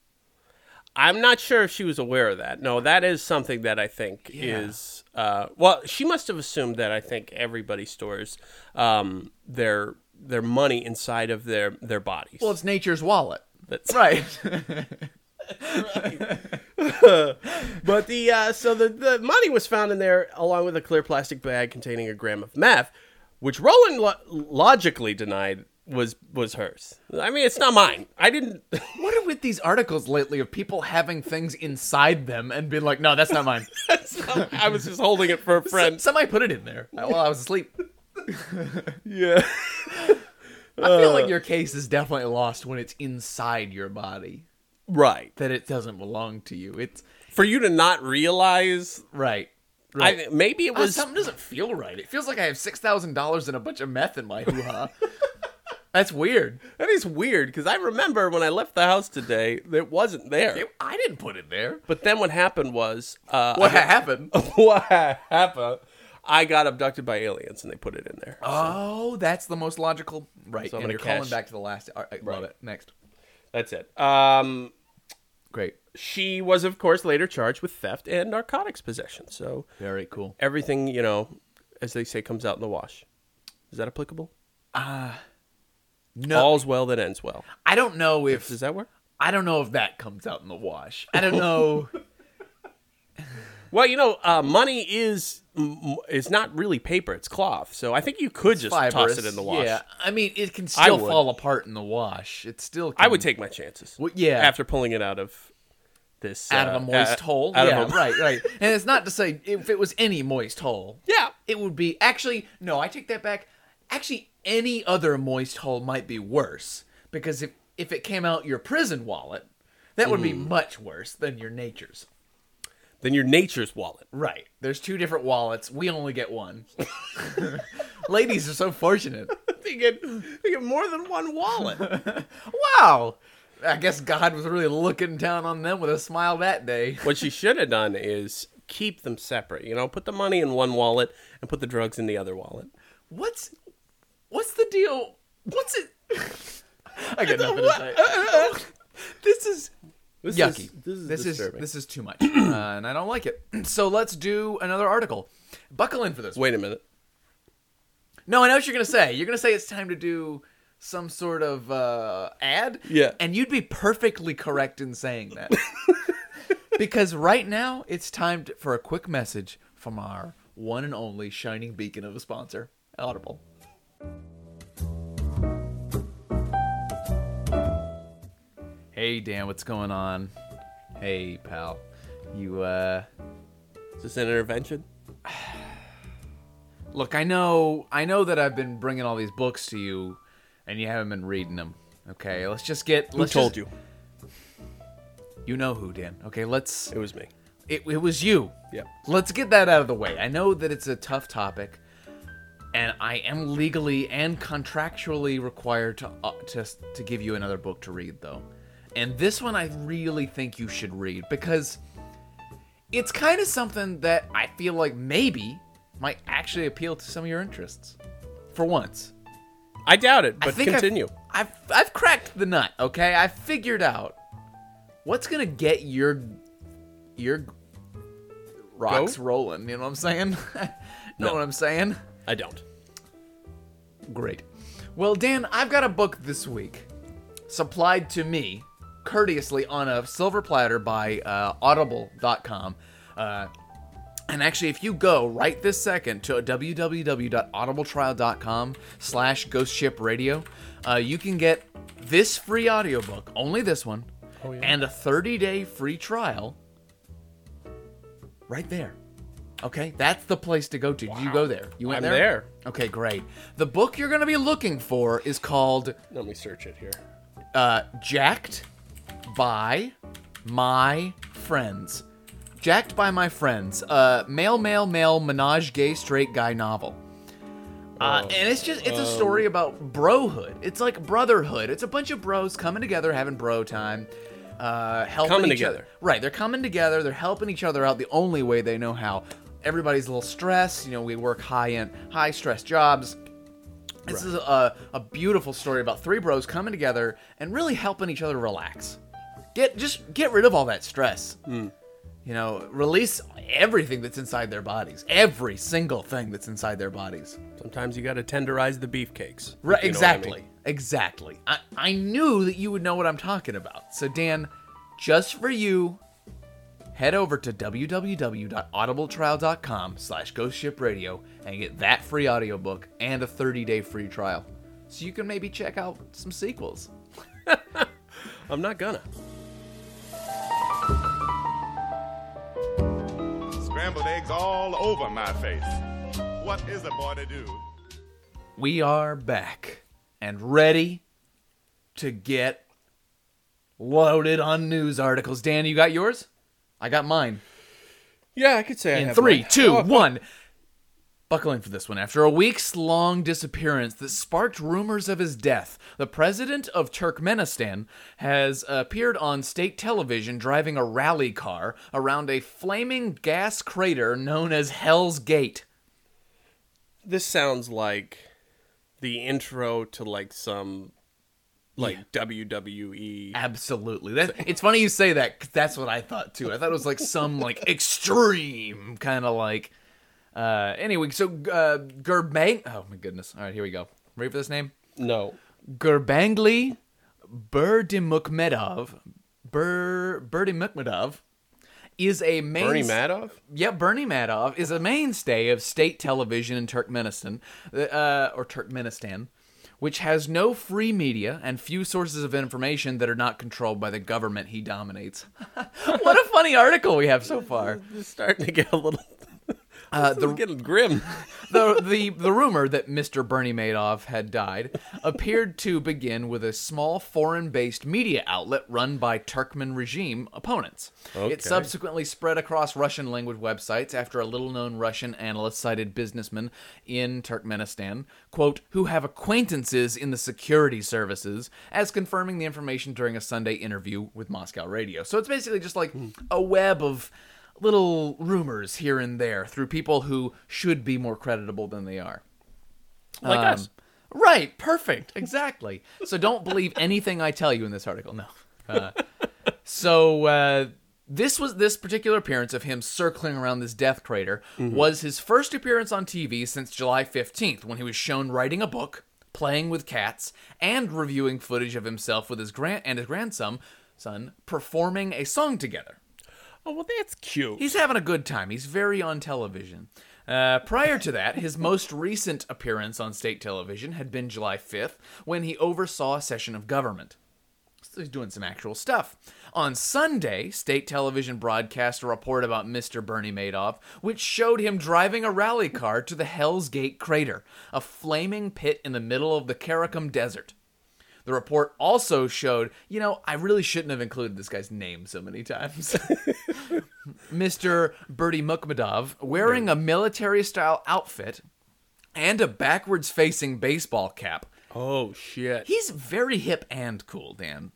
[SPEAKER 3] I'm not sure if she was aware of that. No, that is something that I think is. Uh, well, she must have assumed that I think everybody stores um, their their money inside of their their bodies.
[SPEAKER 2] Well, it's nature's wallet.
[SPEAKER 3] That's-
[SPEAKER 2] Right.
[SPEAKER 3] But the uh, so the, the money was found in there along with a clear plastic bag containing a gram of meth, which Roland lo- logically denied was was hers. I mean, it's not mine. I didn't.
[SPEAKER 2] What are with these articles lately of people having things inside them and being like, no, that's not mine.
[SPEAKER 3] that's not- I was just holding it for a friend.
[SPEAKER 2] Somebody put it in there while I was asleep.
[SPEAKER 3] Yeah.
[SPEAKER 2] I feel
[SPEAKER 3] Uh.
[SPEAKER 2] like your case is definitely lost when it's inside your body,
[SPEAKER 3] Right.
[SPEAKER 2] that it doesn't belong to you. It's
[SPEAKER 3] For you to not realize,
[SPEAKER 2] right. Right.
[SPEAKER 3] I, maybe it
[SPEAKER 2] Ah,
[SPEAKER 3] was.
[SPEAKER 2] something doesn't feel right. It feels like I have $6,000 and a bunch of meth in my hoo ha. that's weird.
[SPEAKER 3] that is weird because I remember when I left the house today, it wasn't there.
[SPEAKER 2] It- I didn't put it there.
[SPEAKER 3] but then what happened was, uh,
[SPEAKER 2] What happened?
[SPEAKER 3] what happened? I got abducted by aliens and they put it in there.
[SPEAKER 2] Oh, that's the most logical. Right.
[SPEAKER 3] So I'm
[SPEAKER 2] and
[SPEAKER 3] gonna
[SPEAKER 2] you're
[SPEAKER 3] cash-
[SPEAKER 2] calling back to the last. all right, I love it. Next.
[SPEAKER 3] That's it. Um,
[SPEAKER 2] Great.
[SPEAKER 3] she was, of course, later charged with theft and narcotics possession. So
[SPEAKER 2] Very cool.
[SPEAKER 3] everything, you know, as they say, comes out in the wash. Is that applicable?
[SPEAKER 2] Uh, No,
[SPEAKER 3] All's well that ends well.
[SPEAKER 2] I don't know if
[SPEAKER 3] Does that work?
[SPEAKER 2] I don't know if that comes out in the wash. I don't know.
[SPEAKER 3] Well, you know, uh, money is m- is not really paper; it's cloth. So I think you could just toss
[SPEAKER 2] fibrous.
[SPEAKER 3] it in the wash.
[SPEAKER 2] Yeah, I mean, it can
[SPEAKER 3] I
[SPEAKER 2] still
[SPEAKER 3] would.
[SPEAKER 2] fall apart in the wash. It still. Can,
[SPEAKER 3] I would take my chances.
[SPEAKER 2] Well, yeah.
[SPEAKER 3] after pulling it out of this
[SPEAKER 2] out of
[SPEAKER 3] uh,
[SPEAKER 2] a moist
[SPEAKER 3] uh,
[SPEAKER 2] hole.
[SPEAKER 3] out of
[SPEAKER 2] yeah,
[SPEAKER 3] a-
[SPEAKER 2] right, right. And it's not to say if it was any moist hole.
[SPEAKER 3] Yeah.
[SPEAKER 2] it would be actually no. I take that back. Actually, any other moist hole might be worse because if if it came out your prison wallet, that would be much worse than your nature's.
[SPEAKER 3] Then your nature's wallet.
[SPEAKER 2] Right. There's two different wallets. We only get one. Ladies are so fortunate.
[SPEAKER 3] They get they get more than one wallet.
[SPEAKER 2] Wow. I guess God was really looking down on them with a smile that day.
[SPEAKER 3] what she should have done is keep them separate. You know, put the money in one wallet and put the drugs in the other wallet.
[SPEAKER 2] What's what's the deal? What's it I got nothing to say.
[SPEAKER 3] This is this
[SPEAKER 2] Yucky.
[SPEAKER 3] Is, this is
[SPEAKER 2] this, is,
[SPEAKER 3] disturbing.
[SPEAKER 2] this is too much, uh, and I don't like it. So let's do another article. Buckle in for this.
[SPEAKER 3] Wait a minute.
[SPEAKER 2] No, I know what you're gonna say. You're gonna say it's time to do some sort of uh, ad.
[SPEAKER 3] Yeah.
[SPEAKER 2] And you'd be perfectly correct in saying that. because right now it's time to, for a quick message from our one and only shining beacon of a sponsor, Audible. Hey Dan, what's going on? Hey pal, you uh.
[SPEAKER 3] Is this an intervention?
[SPEAKER 2] Look, I know, I know that I've been bringing all these books to you, and you haven't been reading them. Okay, let's just get.
[SPEAKER 3] Who
[SPEAKER 2] Let's
[SPEAKER 3] told
[SPEAKER 2] just-
[SPEAKER 3] you?
[SPEAKER 2] You know who, Dan. Okay, let's.
[SPEAKER 3] It was me.
[SPEAKER 2] It, it was you.
[SPEAKER 3] Yeah.
[SPEAKER 2] Let's get that out of the way. I know that it's a tough topic, and I am legally and contractually required to uh, to to give you another book to read, though. And this one, I really think you should read because it's kind of something that I feel like maybe might actually appeal to some of your interests. For once.
[SPEAKER 3] I doubt it,
[SPEAKER 2] I
[SPEAKER 3] but
[SPEAKER 2] think I've-
[SPEAKER 3] continue.
[SPEAKER 2] I've, I've cracked the nut. Okay, I figured out what's gonna get your your rocks rolling. You know what I'm saying? know
[SPEAKER 3] No.
[SPEAKER 2] what I'm saying?
[SPEAKER 3] I don't.
[SPEAKER 2] Great. Well, Dan, I've got a book this week supplied to me courteously on a silver platter by uh, audible.com. Uh, and actually, if you go right this second to www.audibletrial.com slash ghostshipradio, uh, you can get this free audiobook, only this one,
[SPEAKER 3] Oh,
[SPEAKER 2] and a 30-day free trial right there. Okay, that's the place to go to. Did you go there? You went
[SPEAKER 3] I'm there.
[SPEAKER 2] Okay, great. The book you're going to be looking for is called
[SPEAKER 3] Let me search it here.
[SPEAKER 2] uh, Jacked by My Friends. Jacked by My Friends, a male, male, male, menage, gay, straight guy novel. Uh, and it's just, it's a story about brohood. It's like brotherhood. It's a bunch of bros coming together, having bro time, uh, helping
[SPEAKER 3] Coming
[SPEAKER 2] each
[SPEAKER 3] together.
[SPEAKER 2] other. Right, they're coming together, they're helping each other out the only way they know how. Everybody's a little stressed, you know, we work high end, high stress jobs. This is a, a beautiful story about three bros coming together and really helping each other relax. Get just get rid of all that stress. You know, release everything that's inside their bodies. Every single thing that's inside their bodies.
[SPEAKER 3] Sometimes you got to tenderize the beefcakes. if
[SPEAKER 2] Right,
[SPEAKER 3] you know what I mean.
[SPEAKER 2] exactly. Exactly. I, I knew that you would know what I'm talking about. So, Dan, just for you, head over to www.audibletrial.com slash ghostshipradio and get that free audiobook and a 30-day free trial. So you can maybe check out some sequels.
[SPEAKER 3] I'm not gonna.
[SPEAKER 4] Scrambled eggs all over my face. What is a boy to do?
[SPEAKER 2] We are back and ready to get loaded on news articles. Dan, you got yours? I got mine.
[SPEAKER 3] Yeah, I could say I
[SPEAKER 2] In
[SPEAKER 3] have
[SPEAKER 2] three,
[SPEAKER 3] one.
[SPEAKER 2] two,
[SPEAKER 3] Oh,
[SPEAKER 2] one. Buckle in for this one. After a week's long disappearance that sparked rumors of his death, the president of Turkmenistan has appeared on state television driving a rally car around a flaming gas crater known as Hell's Gate.
[SPEAKER 3] This sounds like the intro to like some like E. WWE.
[SPEAKER 2] Absolutely. That, it's funny you say that 'cause that's what I thought too. I thought it was like some like extreme kind of like. Uh, anyway, so uh, Gerbang. Oh my goodness. All right, here we go. Ready for this name?
[SPEAKER 3] No.
[SPEAKER 2] Gurbangli Berdimukmedov. Bur Berdimukmedov is a main
[SPEAKER 3] Bernie Madoff?
[SPEAKER 2] yeah, Bernie Madoff is a mainstay of state television in Turkmenistan, uh, or Turkmenistan, which has no free media and few sources of information that are not controlled by the government he dominates. what a funny article we have so far.
[SPEAKER 3] It's starting to get a little.
[SPEAKER 2] Uh,
[SPEAKER 3] This is
[SPEAKER 2] the,
[SPEAKER 3] getting grim.
[SPEAKER 2] the, the, the rumor that Mr. Bernie Madoff had died appeared to begin with a small foreign based media outlet run by Turkmen regime opponents.
[SPEAKER 3] Okay.
[SPEAKER 2] It subsequently spread across Russian language websites after a little known Russian analyst cited businessmen in Turkmenistan, quote, who have acquaintances in the security services, as confirming the information during a Sunday interview with Moscow Radio. So it's basically just like a web of little rumors here and there through people who should be more creditable than they are.
[SPEAKER 3] Like
[SPEAKER 2] Um,
[SPEAKER 3] us.
[SPEAKER 2] Right, perfect, exactly. So don't believe anything I tell you in this article. No. Uh, so uh, this was this particular appearance of him circling around this death crater was his first appearance on TV since July 15th, when he was shown writing a book, playing with cats, and reviewing footage of himself with his grand and his grandson son performing a song together.
[SPEAKER 3] Oh well, that's cute.
[SPEAKER 2] He's having a good time. He's very on television. Uh, prior to that, his most recent appearance on state television had been July 5th when he oversaw a session of government. So he's doing some actual stuff. On Sunday, state television broadcast a report about Mr. Bernie Madoff, which showed him driving a rally car to the Hell's Gate crater, a flaming pit in the middle of the Karakum Desert. The report also showed, you know, I really shouldn't have included this guy's name so many times. Mr. Bertie Mukhmadov wearing a military style outfit and a backwards facing baseball cap.
[SPEAKER 3] oh shit.
[SPEAKER 2] He's very hip and cool, Dan.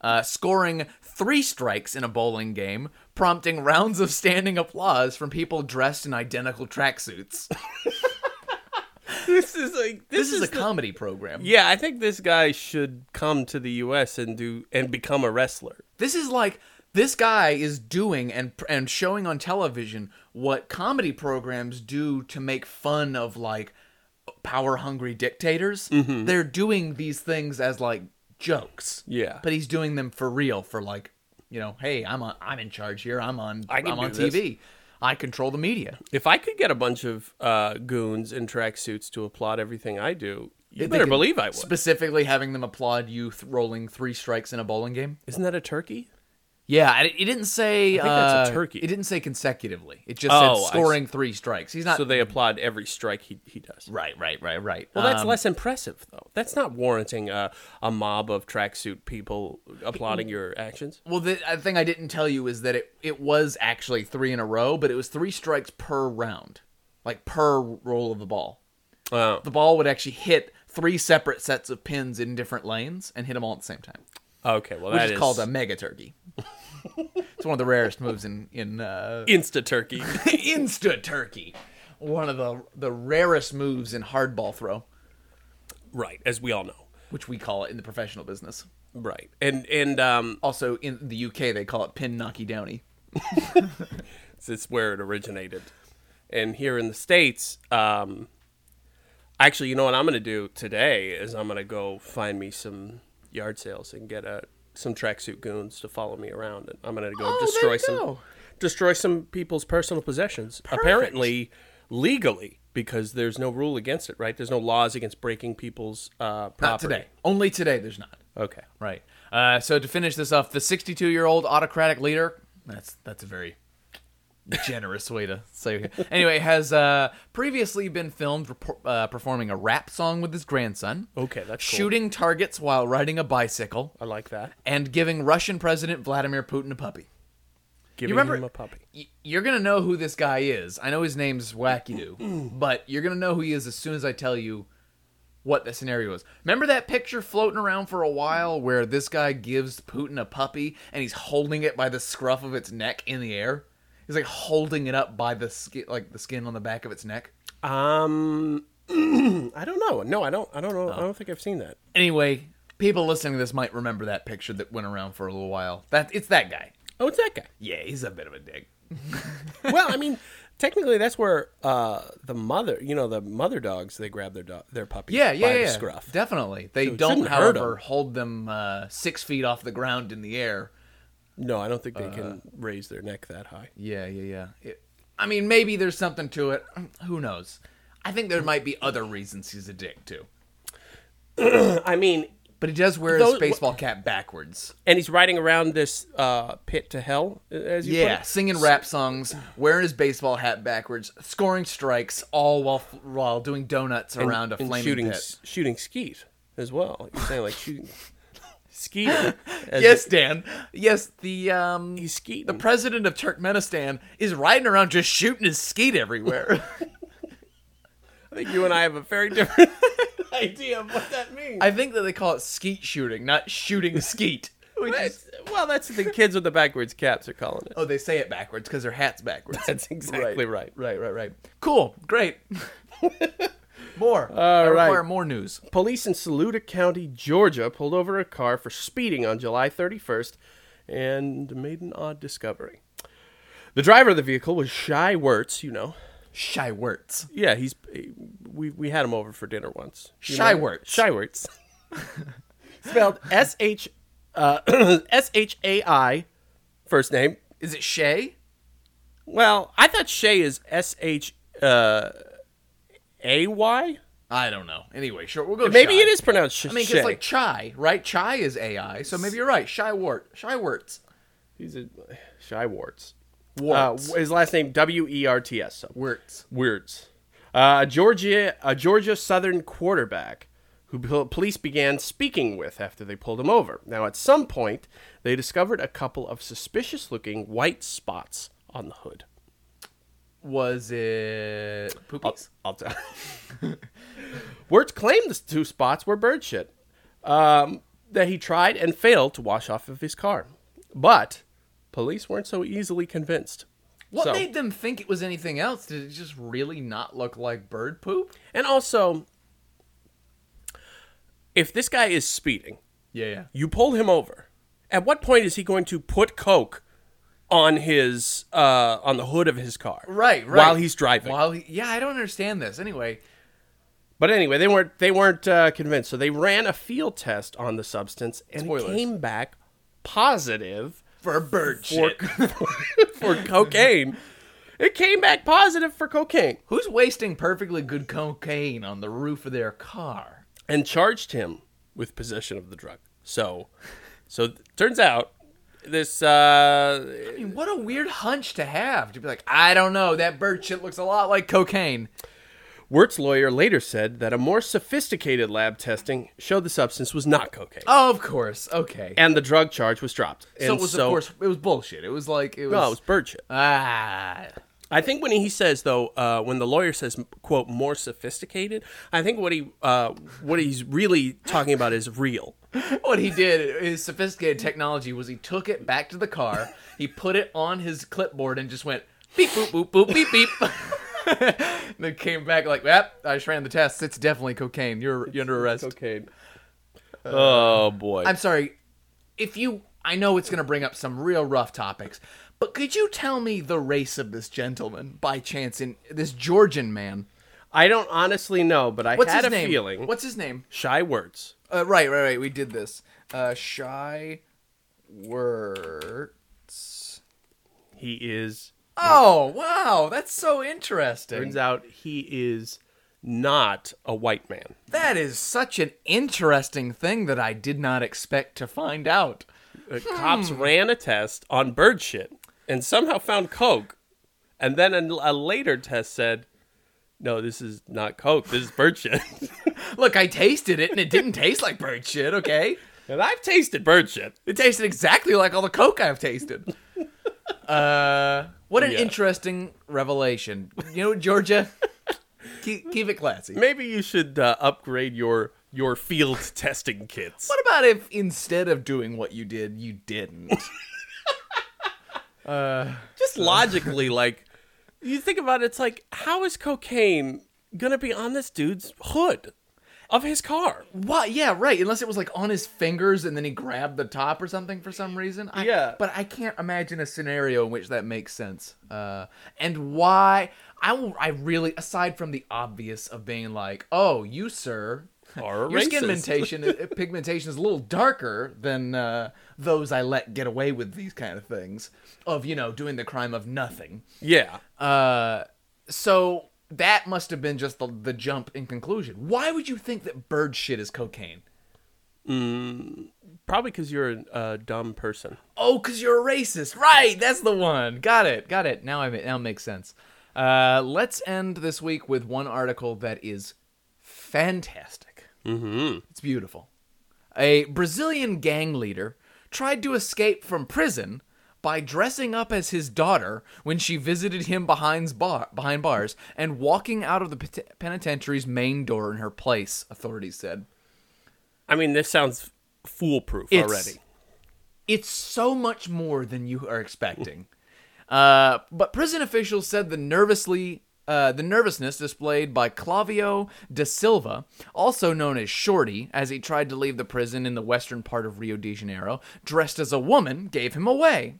[SPEAKER 2] Uh, scoring three strikes in a bowling game, prompting rounds of standing applause from people dressed in identical tracksuits.
[SPEAKER 3] this is like
[SPEAKER 2] This, is, a comedy program.
[SPEAKER 3] Yeah, I think this guy should come to the U.S. and do and become a wrestler.
[SPEAKER 2] This is like this guy is doing and and showing on television what comedy programs do to make fun of like power hungry dictators. They're doing these things as like jokes.
[SPEAKER 3] Yeah.
[SPEAKER 2] But he's doing them for real for like, you know, hey, I'm on I'm in charge here. I'm on I
[SPEAKER 3] I can
[SPEAKER 2] am on
[SPEAKER 3] do this.
[SPEAKER 2] TV. I control the media.
[SPEAKER 3] If I could get a bunch of uh, goons in tracksuits to applaud everything I do, you
[SPEAKER 2] They
[SPEAKER 3] better
[SPEAKER 2] can-
[SPEAKER 3] believe I would.
[SPEAKER 2] Specifically having them applaud you th- rolling three strikes in a bowling game.
[SPEAKER 3] Isn't that a turkey?
[SPEAKER 2] Yeah, I- it didn't say.
[SPEAKER 3] think that's a
[SPEAKER 2] uh,
[SPEAKER 3] turkey.
[SPEAKER 2] It didn't say consecutively. It just
[SPEAKER 3] Oh,
[SPEAKER 2] said
[SPEAKER 3] I see.
[SPEAKER 2] scoring three strikes. He's not
[SPEAKER 3] So they applaud every strike he, he does.
[SPEAKER 2] Right, right, right, right.
[SPEAKER 3] Well, that's
[SPEAKER 2] Um,
[SPEAKER 3] less impressive, though. That's not warranting a, a mob of tracksuit people applauding your actions.
[SPEAKER 2] well. The uh, thing I didn't tell you is that it it was actually three in a row, but it was three strikes per round, like per roll of the ball.
[SPEAKER 3] Oh,
[SPEAKER 2] The ball would actually hit three separate sets of pins in different lanes and hit them all at the same time,
[SPEAKER 3] okay. Well,
[SPEAKER 2] which
[SPEAKER 3] that
[SPEAKER 2] is called a mega turkey. it's one of the rarest moves in in uh,
[SPEAKER 3] insta turkey.
[SPEAKER 2] insta turkey. One of the the rarest moves in hardball throw,
[SPEAKER 3] right, as we all know.
[SPEAKER 2] which we call it in the professional business.
[SPEAKER 3] Right, and and um,
[SPEAKER 2] Also in the UK, they call it pin knocky downy.
[SPEAKER 3] It's where it originated. And here in the States, um, actually, you know what I'm going to do today is I'm going to go find me some yard sales and get a, some tracksuit goons to follow me around. And I'm going to go
[SPEAKER 2] Oh, there
[SPEAKER 3] destroy
[SPEAKER 2] you
[SPEAKER 3] some
[SPEAKER 2] go.
[SPEAKER 3] destroy some people's personal possessions, apparently legally, because there's no rule against it, right? There's no laws against breaking people's uh, property.
[SPEAKER 2] Not today. Only today, there's not.
[SPEAKER 3] Okay.
[SPEAKER 2] Right. Uh, so to finish this off, the 62 year old autocratic leader. That's that's a very generous way to say. it. Anyway, has uh, previously been filmed repor- uh, performing a rap song with his grandson.
[SPEAKER 3] Okay, that's cool.
[SPEAKER 2] shooting targets while riding a bicycle
[SPEAKER 3] I like that.
[SPEAKER 2] and giving Russian President Vladimir Putin a puppy.
[SPEAKER 3] Giving
[SPEAKER 2] remember-
[SPEAKER 3] him a puppy.
[SPEAKER 2] Y- You're gonna know who this guy is. I know his name's Wacky Doo, but you're gonna know who he is as soon as I tell you what the scenario is. Remember that picture floating around for a while where this guy gives Putin a puppy and he's holding it by the scruff of its neck in the air. He's like holding it up by the skin, like the skin on the back of its neck.
[SPEAKER 3] Um, I don't know. No, I don't. I don't know.
[SPEAKER 2] Oh.
[SPEAKER 3] I don't think I've seen that.
[SPEAKER 2] Anyway, people listening to this might remember that picture that went around for a little while. That it's that guy.
[SPEAKER 3] Oh, it's that guy.
[SPEAKER 2] Yeah, he's a bit of a dick.
[SPEAKER 3] well, I mean, technically, that's where uh, the mother, you know, the mother dogs, they grab their dog, their puppy.
[SPEAKER 2] Yeah, yeah,
[SPEAKER 3] by
[SPEAKER 2] yeah.
[SPEAKER 3] The scruff.
[SPEAKER 2] Definitely. They
[SPEAKER 3] it
[SPEAKER 2] don't,
[SPEAKER 3] shouldn't hurt
[SPEAKER 2] however,
[SPEAKER 3] 'em.
[SPEAKER 2] hold them uh, six feet off the ground in the air.
[SPEAKER 3] no, I don't think they
[SPEAKER 2] Uh.
[SPEAKER 3] can raise their neck that high.
[SPEAKER 2] Yeah, yeah, yeah. It, I mean, maybe there's something to it. Who knows? I think there might be other reasons he's a dick too.
[SPEAKER 3] I mean,
[SPEAKER 2] But he does wear
[SPEAKER 3] Those-
[SPEAKER 2] his baseball cap backwards.
[SPEAKER 3] and he's riding around this uh, pit to hell, as you
[SPEAKER 2] Yeah,
[SPEAKER 3] put it.
[SPEAKER 2] singing rap songs, wearing his baseball hat backwards, scoring strikes, all while while doing donuts
[SPEAKER 3] And-
[SPEAKER 2] around a
[SPEAKER 3] and
[SPEAKER 2] flaming
[SPEAKER 3] shooting,
[SPEAKER 2] pit.
[SPEAKER 3] s- shooting skeet as well. You're saying like shooting skeet. as
[SPEAKER 2] yes, Dan. Yes, the um,
[SPEAKER 3] he's skeeting.
[SPEAKER 2] the president of Turkmenistan is riding around just shooting his skeet everywhere.
[SPEAKER 3] I think you and I have a very different idea of what that means.
[SPEAKER 2] I think that they call it skeet shooting, not shooting skeet. Which is,
[SPEAKER 3] That's- well, that's what the kids with the backwards caps are calling it.
[SPEAKER 2] oh, they say it backwards because their hat's backwards.
[SPEAKER 3] That's exactly right.
[SPEAKER 2] Right, right, right. Cool. Great. More. I
[SPEAKER 3] right.
[SPEAKER 2] require more news.
[SPEAKER 3] Police in Saluda County, Georgia, pulled over a car for speeding on July 31st and made an odd discovery. The driver of the vehicle was Shy Wertz, you know.
[SPEAKER 2] Shy Wertz.
[SPEAKER 3] Yeah, he's we, we had him over for dinner once. You
[SPEAKER 2] Shy
[SPEAKER 3] know?
[SPEAKER 2] Wertz.
[SPEAKER 3] Shy Wertz. Spelled S H uh, S H A I, first name.
[SPEAKER 2] Is it Shay?
[SPEAKER 3] Well, I thought Shay is S H uh, A Y.
[SPEAKER 2] I don't know. Anyway, sure. We'll go.
[SPEAKER 3] Maybe
[SPEAKER 2] Shy.
[SPEAKER 3] it is pronounced Sh-
[SPEAKER 2] I mean, 'cause
[SPEAKER 3] Shay.
[SPEAKER 2] it's like chai, right? Chai is AI, so maybe you're right. Shy Wart. Shy Wertz.
[SPEAKER 3] He's a Shy Warts. Uh,
[SPEAKER 2] Warts.
[SPEAKER 3] his last name W E R T S. So.
[SPEAKER 2] Wertz.
[SPEAKER 3] Weirds. Uh, a Georgia, a Georgia Southern quarterback, who pol- police began speaking with after they pulled him over. Now, at some point, they discovered a couple of suspicious-looking white spots on the hood.
[SPEAKER 2] Was it poopies?
[SPEAKER 3] I'll tell. Wirtz claimed the two spots were bird shit um, that he tried and failed to wash off of his car, but police weren't so easily convinced.
[SPEAKER 2] What
[SPEAKER 3] So-
[SPEAKER 2] made them think it was anything else? Did it just really not look like bird poop?
[SPEAKER 3] And also, if this guy is speeding,
[SPEAKER 2] Yeah, yeah.
[SPEAKER 3] you pull him over. At what point is he going to put coke on his uh, on the hood of his car?
[SPEAKER 2] Right, right.
[SPEAKER 3] While he's driving.
[SPEAKER 2] While he, yeah, I don't understand this. Anyway,
[SPEAKER 3] But anyway, they weren't they weren't uh, convinced, so they ran a field test on the substance and it
[SPEAKER 2] Spoilers.
[SPEAKER 3] came back positive
[SPEAKER 2] for bird
[SPEAKER 3] for
[SPEAKER 2] shit.
[SPEAKER 3] for cocaine. It came back positive for cocaine
[SPEAKER 2] Who's wasting perfectly good cocaine on the roof of their car?
[SPEAKER 3] and charged him with possession of the drug. So, so th- turns out this uh,
[SPEAKER 2] I mean, what a weird hunch to have to be like, I don't know, that bird shit looks a lot like cocaine.
[SPEAKER 3] Wirt's lawyer later said that a more sophisticated lab testing showed the substance was not cocaine,
[SPEAKER 2] Oh, of course. Okay.
[SPEAKER 3] and the drug charge was dropped.
[SPEAKER 2] so
[SPEAKER 3] And
[SPEAKER 2] it was, of course, it was bullshit. It was like it was.
[SPEAKER 3] no, it was bird shit.
[SPEAKER 2] ah,
[SPEAKER 3] I think when he says though, uh, when the lawyer says "quote more sophisticated," I think what he uh, what he's really talking about is real.
[SPEAKER 2] what he did, his sophisticated technology was he took it back to the car, he put it on his clipboard, and just went beep boop boop boop beep beep. and then came back like, "Yep, I just ran the test. It's definitely cocaine. You're you're under arrest."
[SPEAKER 3] Cocaine. oh boy.
[SPEAKER 2] I'm sorry. If you, I know it's going to bring up some real rough topics, but could you tell me the race of this gentleman by chance? In this Georgian man,
[SPEAKER 3] I don't honestly know, but I
[SPEAKER 2] what's
[SPEAKER 3] had
[SPEAKER 2] his
[SPEAKER 3] a
[SPEAKER 2] name?
[SPEAKER 3] feeling.
[SPEAKER 2] What's his name?
[SPEAKER 3] shy words?
[SPEAKER 2] Uh, right, right, right. We did this. Uh, shy Wertz.
[SPEAKER 3] He is.
[SPEAKER 2] Oh wow, that's so interesting.
[SPEAKER 3] Turns out he is not a white man.
[SPEAKER 2] That is such an interesting thing that I did not expect to find out.
[SPEAKER 3] The
[SPEAKER 2] Hmm.
[SPEAKER 3] cops ran a test on bird shit and somehow found coke. And then a, a later test said, no, this is not coke. This is bird shit.
[SPEAKER 2] Look, I tasted it and it didn't taste like bird shit. Okay.
[SPEAKER 3] and I've tasted bird shit.
[SPEAKER 2] It tasted exactly like all the coke I've tasted. uh, what an
[SPEAKER 3] Yeah.
[SPEAKER 2] interesting revelation. You know, Georgia, keep, keep it classy.
[SPEAKER 3] Maybe you should uh, upgrade your your field testing kits.
[SPEAKER 2] What about if instead of doing what you did, you didn't?
[SPEAKER 3] Just logically, like, you think about it, it's like, how is cocaine going to be on this dude's hood of his car?
[SPEAKER 2] Why? Yeah, right. Unless it was like on his fingers and then he grabbed the top or something for some reason. I,
[SPEAKER 3] Yeah.
[SPEAKER 2] But I can't imagine a scenario in which that makes sense. Uh, and why? I will. I really, aside from the obvious of being like, oh, you sir,
[SPEAKER 3] Are a
[SPEAKER 2] your skin
[SPEAKER 3] racist."
[SPEAKER 2] pigmentation pigmentation is a little darker than uh, those I let get away with these kind of things of you know doing the crime of nothing.
[SPEAKER 3] Yeah.
[SPEAKER 2] Uh, so that must have been just the, the jump in conclusion. Why would you think that bird shit is cocaine?
[SPEAKER 3] Probably because you're a uh, dumb person.
[SPEAKER 2] Oh, because you're a racist. Right, that's the one. Got it, got it. Now I ma- now it makes sense. Uh, let's end this week with one article that is fantastic. Mm-hmm. It's beautiful. A Brazilian gang leader tried to escape from prison by dressing up as his daughter when she visited him behind, bar- behind bars and walking out of the pet- penitentiary's main door in her place, authorities said.
[SPEAKER 3] I mean, this sounds foolproof
[SPEAKER 2] It's-
[SPEAKER 3] already.
[SPEAKER 2] it's so much more than you are expecting. uh, but prison officials said the nervously uh, uh, the nervousness displayed by Clavio da Silva, also known as Shorty, as he tried to leave the prison in the western part of Rio de Janeiro, dressed as a woman, gave him away.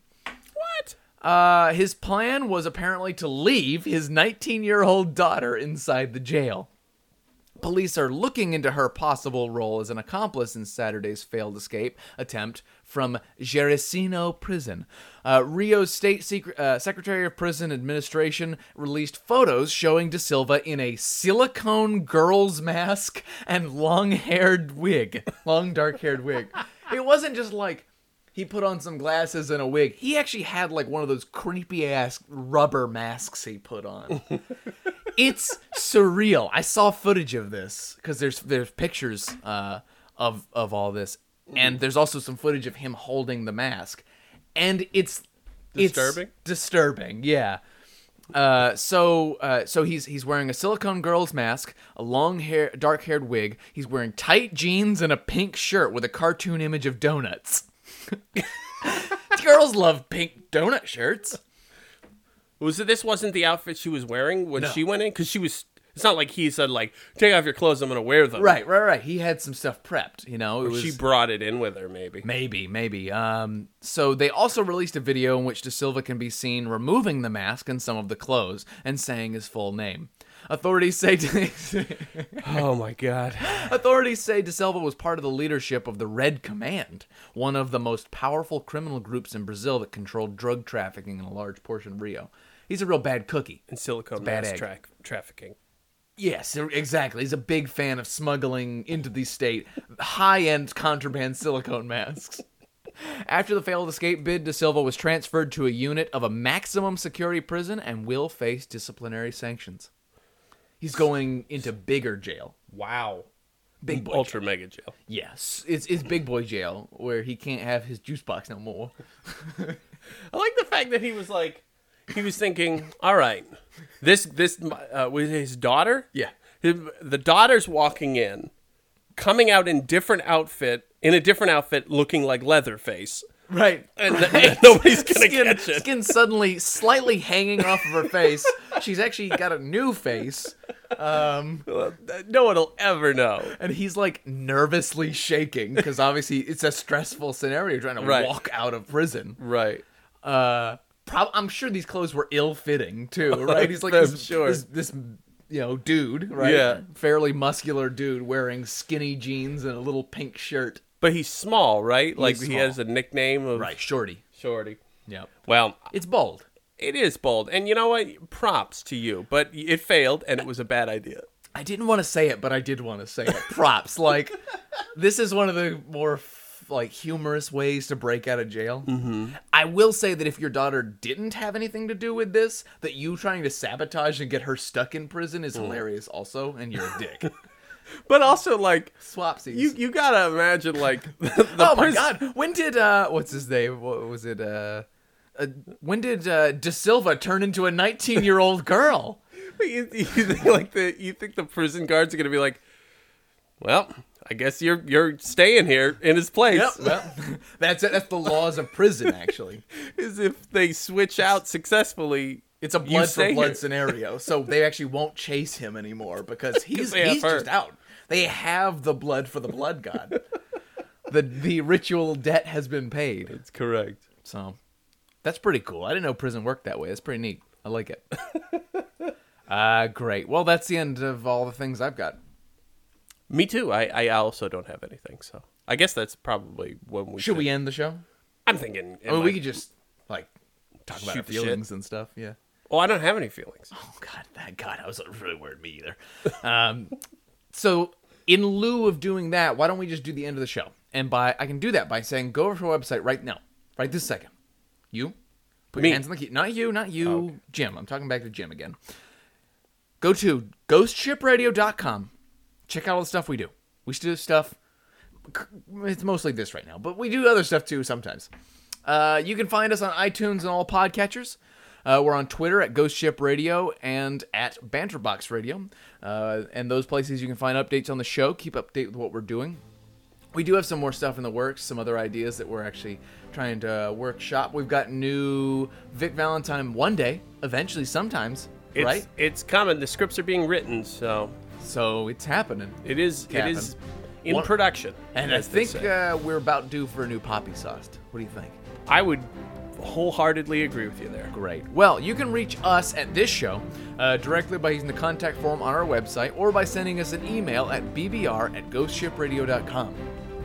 [SPEAKER 3] What?
[SPEAKER 2] Uh, his plan was apparently to leave his 19 year old daughter inside the jail. Police are looking into her possible role as an accomplice in Saturday's failed escape attempt from Gerasino Prison. Uh, Rio's State Secret, uh, Secretary of Prison Administration released photos showing De Silva in a silicone girl's mask and long haired wig. Long dark haired wig. It wasn't just like he put on some glasses and a wig. He actually had like one of those creepy ass rubber masks he put on. it's surreal. I saw footage of this because there's there's pictures uh, of of all this, and there's also some footage of him holding the mask, and it's it's
[SPEAKER 3] Disturbing?
[SPEAKER 2] disturbing, yeah. Uh, so uh, so he's he's wearing a silicone girl's mask, a long hair, dark haired wig. He's wearing tight jeans and a pink shirt with a cartoon image of donuts. Girls love pink donut shirts.
[SPEAKER 3] Was it, this wasn't the outfit she was wearing when she went in? Because she was. It's not like he said like, take off your clothes. I'm gonna wear them.
[SPEAKER 2] Right, right, right. He had some stuff prepped. You know, it was
[SPEAKER 3] She brought it in with her, maybe.
[SPEAKER 2] Maybe, maybe. Um, so they also released a video in which De Silva can be seen removing the mask and some of the clothes and saying his full name. Authorities say
[SPEAKER 3] Oh my god.
[SPEAKER 2] authorities say De Silva was part of the leadership of the Red Command, one of the most powerful criminal groups in Brazil that controlled drug trafficking in a large portion of Rio. He's a real bad cookie.
[SPEAKER 3] And silicone
[SPEAKER 2] bad
[SPEAKER 3] mass
[SPEAKER 2] egg.
[SPEAKER 3] track trafficking.
[SPEAKER 2] Yes, er, exactly. He's a big fan of smuggling into the state high end contraband silicone masks. After the failed escape bid, De Silva was transferred to a unit of a maximum security prison and will face disciplinary sanctions. He's going into bigger jail.
[SPEAKER 3] Wow.
[SPEAKER 2] Big boy.
[SPEAKER 3] Ultra mega jail.
[SPEAKER 2] Yes, it's it's big boy jail where he can't have his juice box no more.
[SPEAKER 3] I like the fact that he was like, he was thinking, all right, this this uh, was his daughter.
[SPEAKER 2] Yeah.
[SPEAKER 3] His- the daughter's walking in, coming out in different outfit, in a different outfit, looking like Leatherface,
[SPEAKER 2] Right.
[SPEAKER 3] and, th- and nobody's gonna
[SPEAKER 2] skin,
[SPEAKER 3] catch it.
[SPEAKER 2] skin suddenly slightly hanging off of her face. She's actually got a new face.
[SPEAKER 3] No one will ever know.
[SPEAKER 2] and he's like nervously shaking because obviously it's a stressful scenario trying to
[SPEAKER 3] Right.
[SPEAKER 2] walk out of prison.
[SPEAKER 3] Right.
[SPEAKER 2] Uh, prob- I'm sure these clothes were ill-fitting too, right? He's like
[SPEAKER 3] I'm
[SPEAKER 2] this,
[SPEAKER 3] sure.
[SPEAKER 2] this, this, you know, dude, right?
[SPEAKER 3] Yeah.
[SPEAKER 2] fairly muscular dude wearing skinny jeans and a little pink shirt.
[SPEAKER 3] But he's small, right? like he
[SPEAKER 2] small.
[SPEAKER 3] has a nickname of
[SPEAKER 2] shorty.
[SPEAKER 3] Shorty.
[SPEAKER 2] Yep,
[SPEAKER 3] Well,
[SPEAKER 2] it's bold.
[SPEAKER 3] it is bold, and you know what? Props to you, but it failed, and it was a bad idea.
[SPEAKER 2] I didn't want to say it, but I did want to say it. Props. like, this is one of the more f- like humorous ways to break out of jail. Mm-hmm. I will say that if your daughter didn't have anything to do with this, that you trying to sabotage and get her stuck in prison is hilarious, also, and you're a dick.
[SPEAKER 3] But also, like,
[SPEAKER 2] Swapsies.
[SPEAKER 3] you you gotta imagine like the
[SPEAKER 2] oh my
[SPEAKER 3] pers-
[SPEAKER 2] god! When did uh, what's his name? What was it? Uh, uh when did uh, De Silva turn into a 19 year old girl?
[SPEAKER 3] You, you think, like the you think the prison guards are gonna be like, well, I guess you're you're staying here in his place.
[SPEAKER 2] Yep. Well, that's it. That's the laws of prison, actually.
[SPEAKER 3] As if they switch out successfully.
[SPEAKER 2] It's a
[SPEAKER 3] you
[SPEAKER 2] blood for
[SPEAKER 3] stay
[SPEAKER 2] blood
[SPEAKER 3] here.
[SPEAKER 2] scenario, so they actually won't chase him anymore because he's
[SPEAKER 3] they have
[SPEAKER 2] he's
[SPEAKER 3] her.
[SPEAKER 2] just out. They have the blood for the blood god. the the ritual debt has been paid.
[SPEAKER 3] It's correct.
[SPEAKER 2] So that's pretty cool. I didn't know prison worked that way. That's pretty neat. I like it. uh great. Well, that's the end of all the things I've got.
[SPEAKER 3] Me too. I I also don't have anything, so I guess that's probably when we
[SPEAKER 2] Should we end the show?
[SPEAKER 3] I'm thinking.
[SPEAKER 2] I mean, we could just like talk about our
[SPEAKER 3] Shoot the shit.
[SPEAKER 2] feelings and stuff. Yeah.
[SPEAKER 3] Oh, I don't have any feelings.
[SPEAKER 2] Oh God, thank God, I was really worried me either. Um, so in lieu of doing that, why don't we just do the end of the show? And by I can do that by saying go over to our website right now, right this second. You put
[SPEAKER 3] Me.
[SPEAKER 2] your hands on the key. Not you, not you, Jim. I'm talking back to Jim again. Go to ghostshipradio.com. Check out all the stuff we do. We still do stuff. It's mostly this right now, but we do other stuff too sometimes. Uh, you can find us on iTunes and all podcatchers. Uh, we're on Twitter at Ghost Ship Radio and at Banterbox Radio. Uh, and those places you can find updates on the show, keep update with what we're doing. We do have some more stuff in the works, some other ideas that we're actually trying to workshop. We've got new Vic Valentine one day, eventually, sometimes
[SPEAKER 3] It's,
[SPEAKER 2] Right?
[SPEAKER 3] It's coming. The scripts are being written, so
[SPEAKER 2] So it's happening.
[SPEAKER 3] it is.
[SPEAKER 2] Captain.
[SPEAKER 3] It is in
[SPEAKER 2] What-
[SPEAKER 3] production.
[SPEAKER 2] And I
[SPEAKER 3] as they
[SPEAKER 2] think
[SPEAKER 3] say.
[SPEAKER 2] uh, we're about due for a new poppy sauce. What do you think?
[SPEAKER 3] I would wholeheartedly agree with you there.
[SPEAKER 2] Great. Well, you can reach us at this show uh, directly by using the contact form on our website or by sending us an email at bbr at ghostshipradio.com.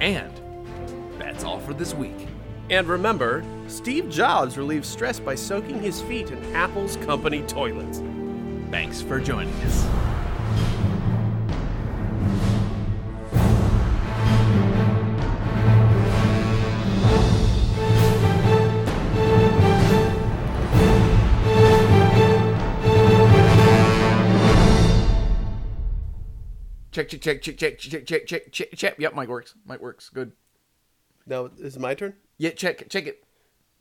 [SPEAKER 2] And that's all for this week.
[SPEAKER 3] And remember, Steve Jobs relieved stress by soaking his feet in Apple's company toilets.
[SPEAKER 2] Thanks for joining us. Check, check, check, check, check, check, check, check, check, check. Yep, mic works. Mic works. Good.
[SPEAKER 3] No, is it my turn?
[SPEAKER 2] Yeah, check, it, check it.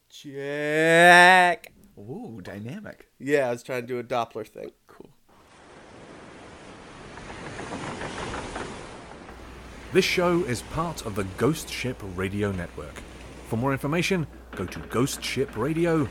[SPEAKER 3] Check.
[SPEAKER 2] Ooh, dynamic.
[SPEAKER 3] Yeah, I was trying to do a Doppler thing. Cool.
[SPEAKER 1] This show is part of the Ghost Ship Radio Network. For more information, go to ghostshipradio.com.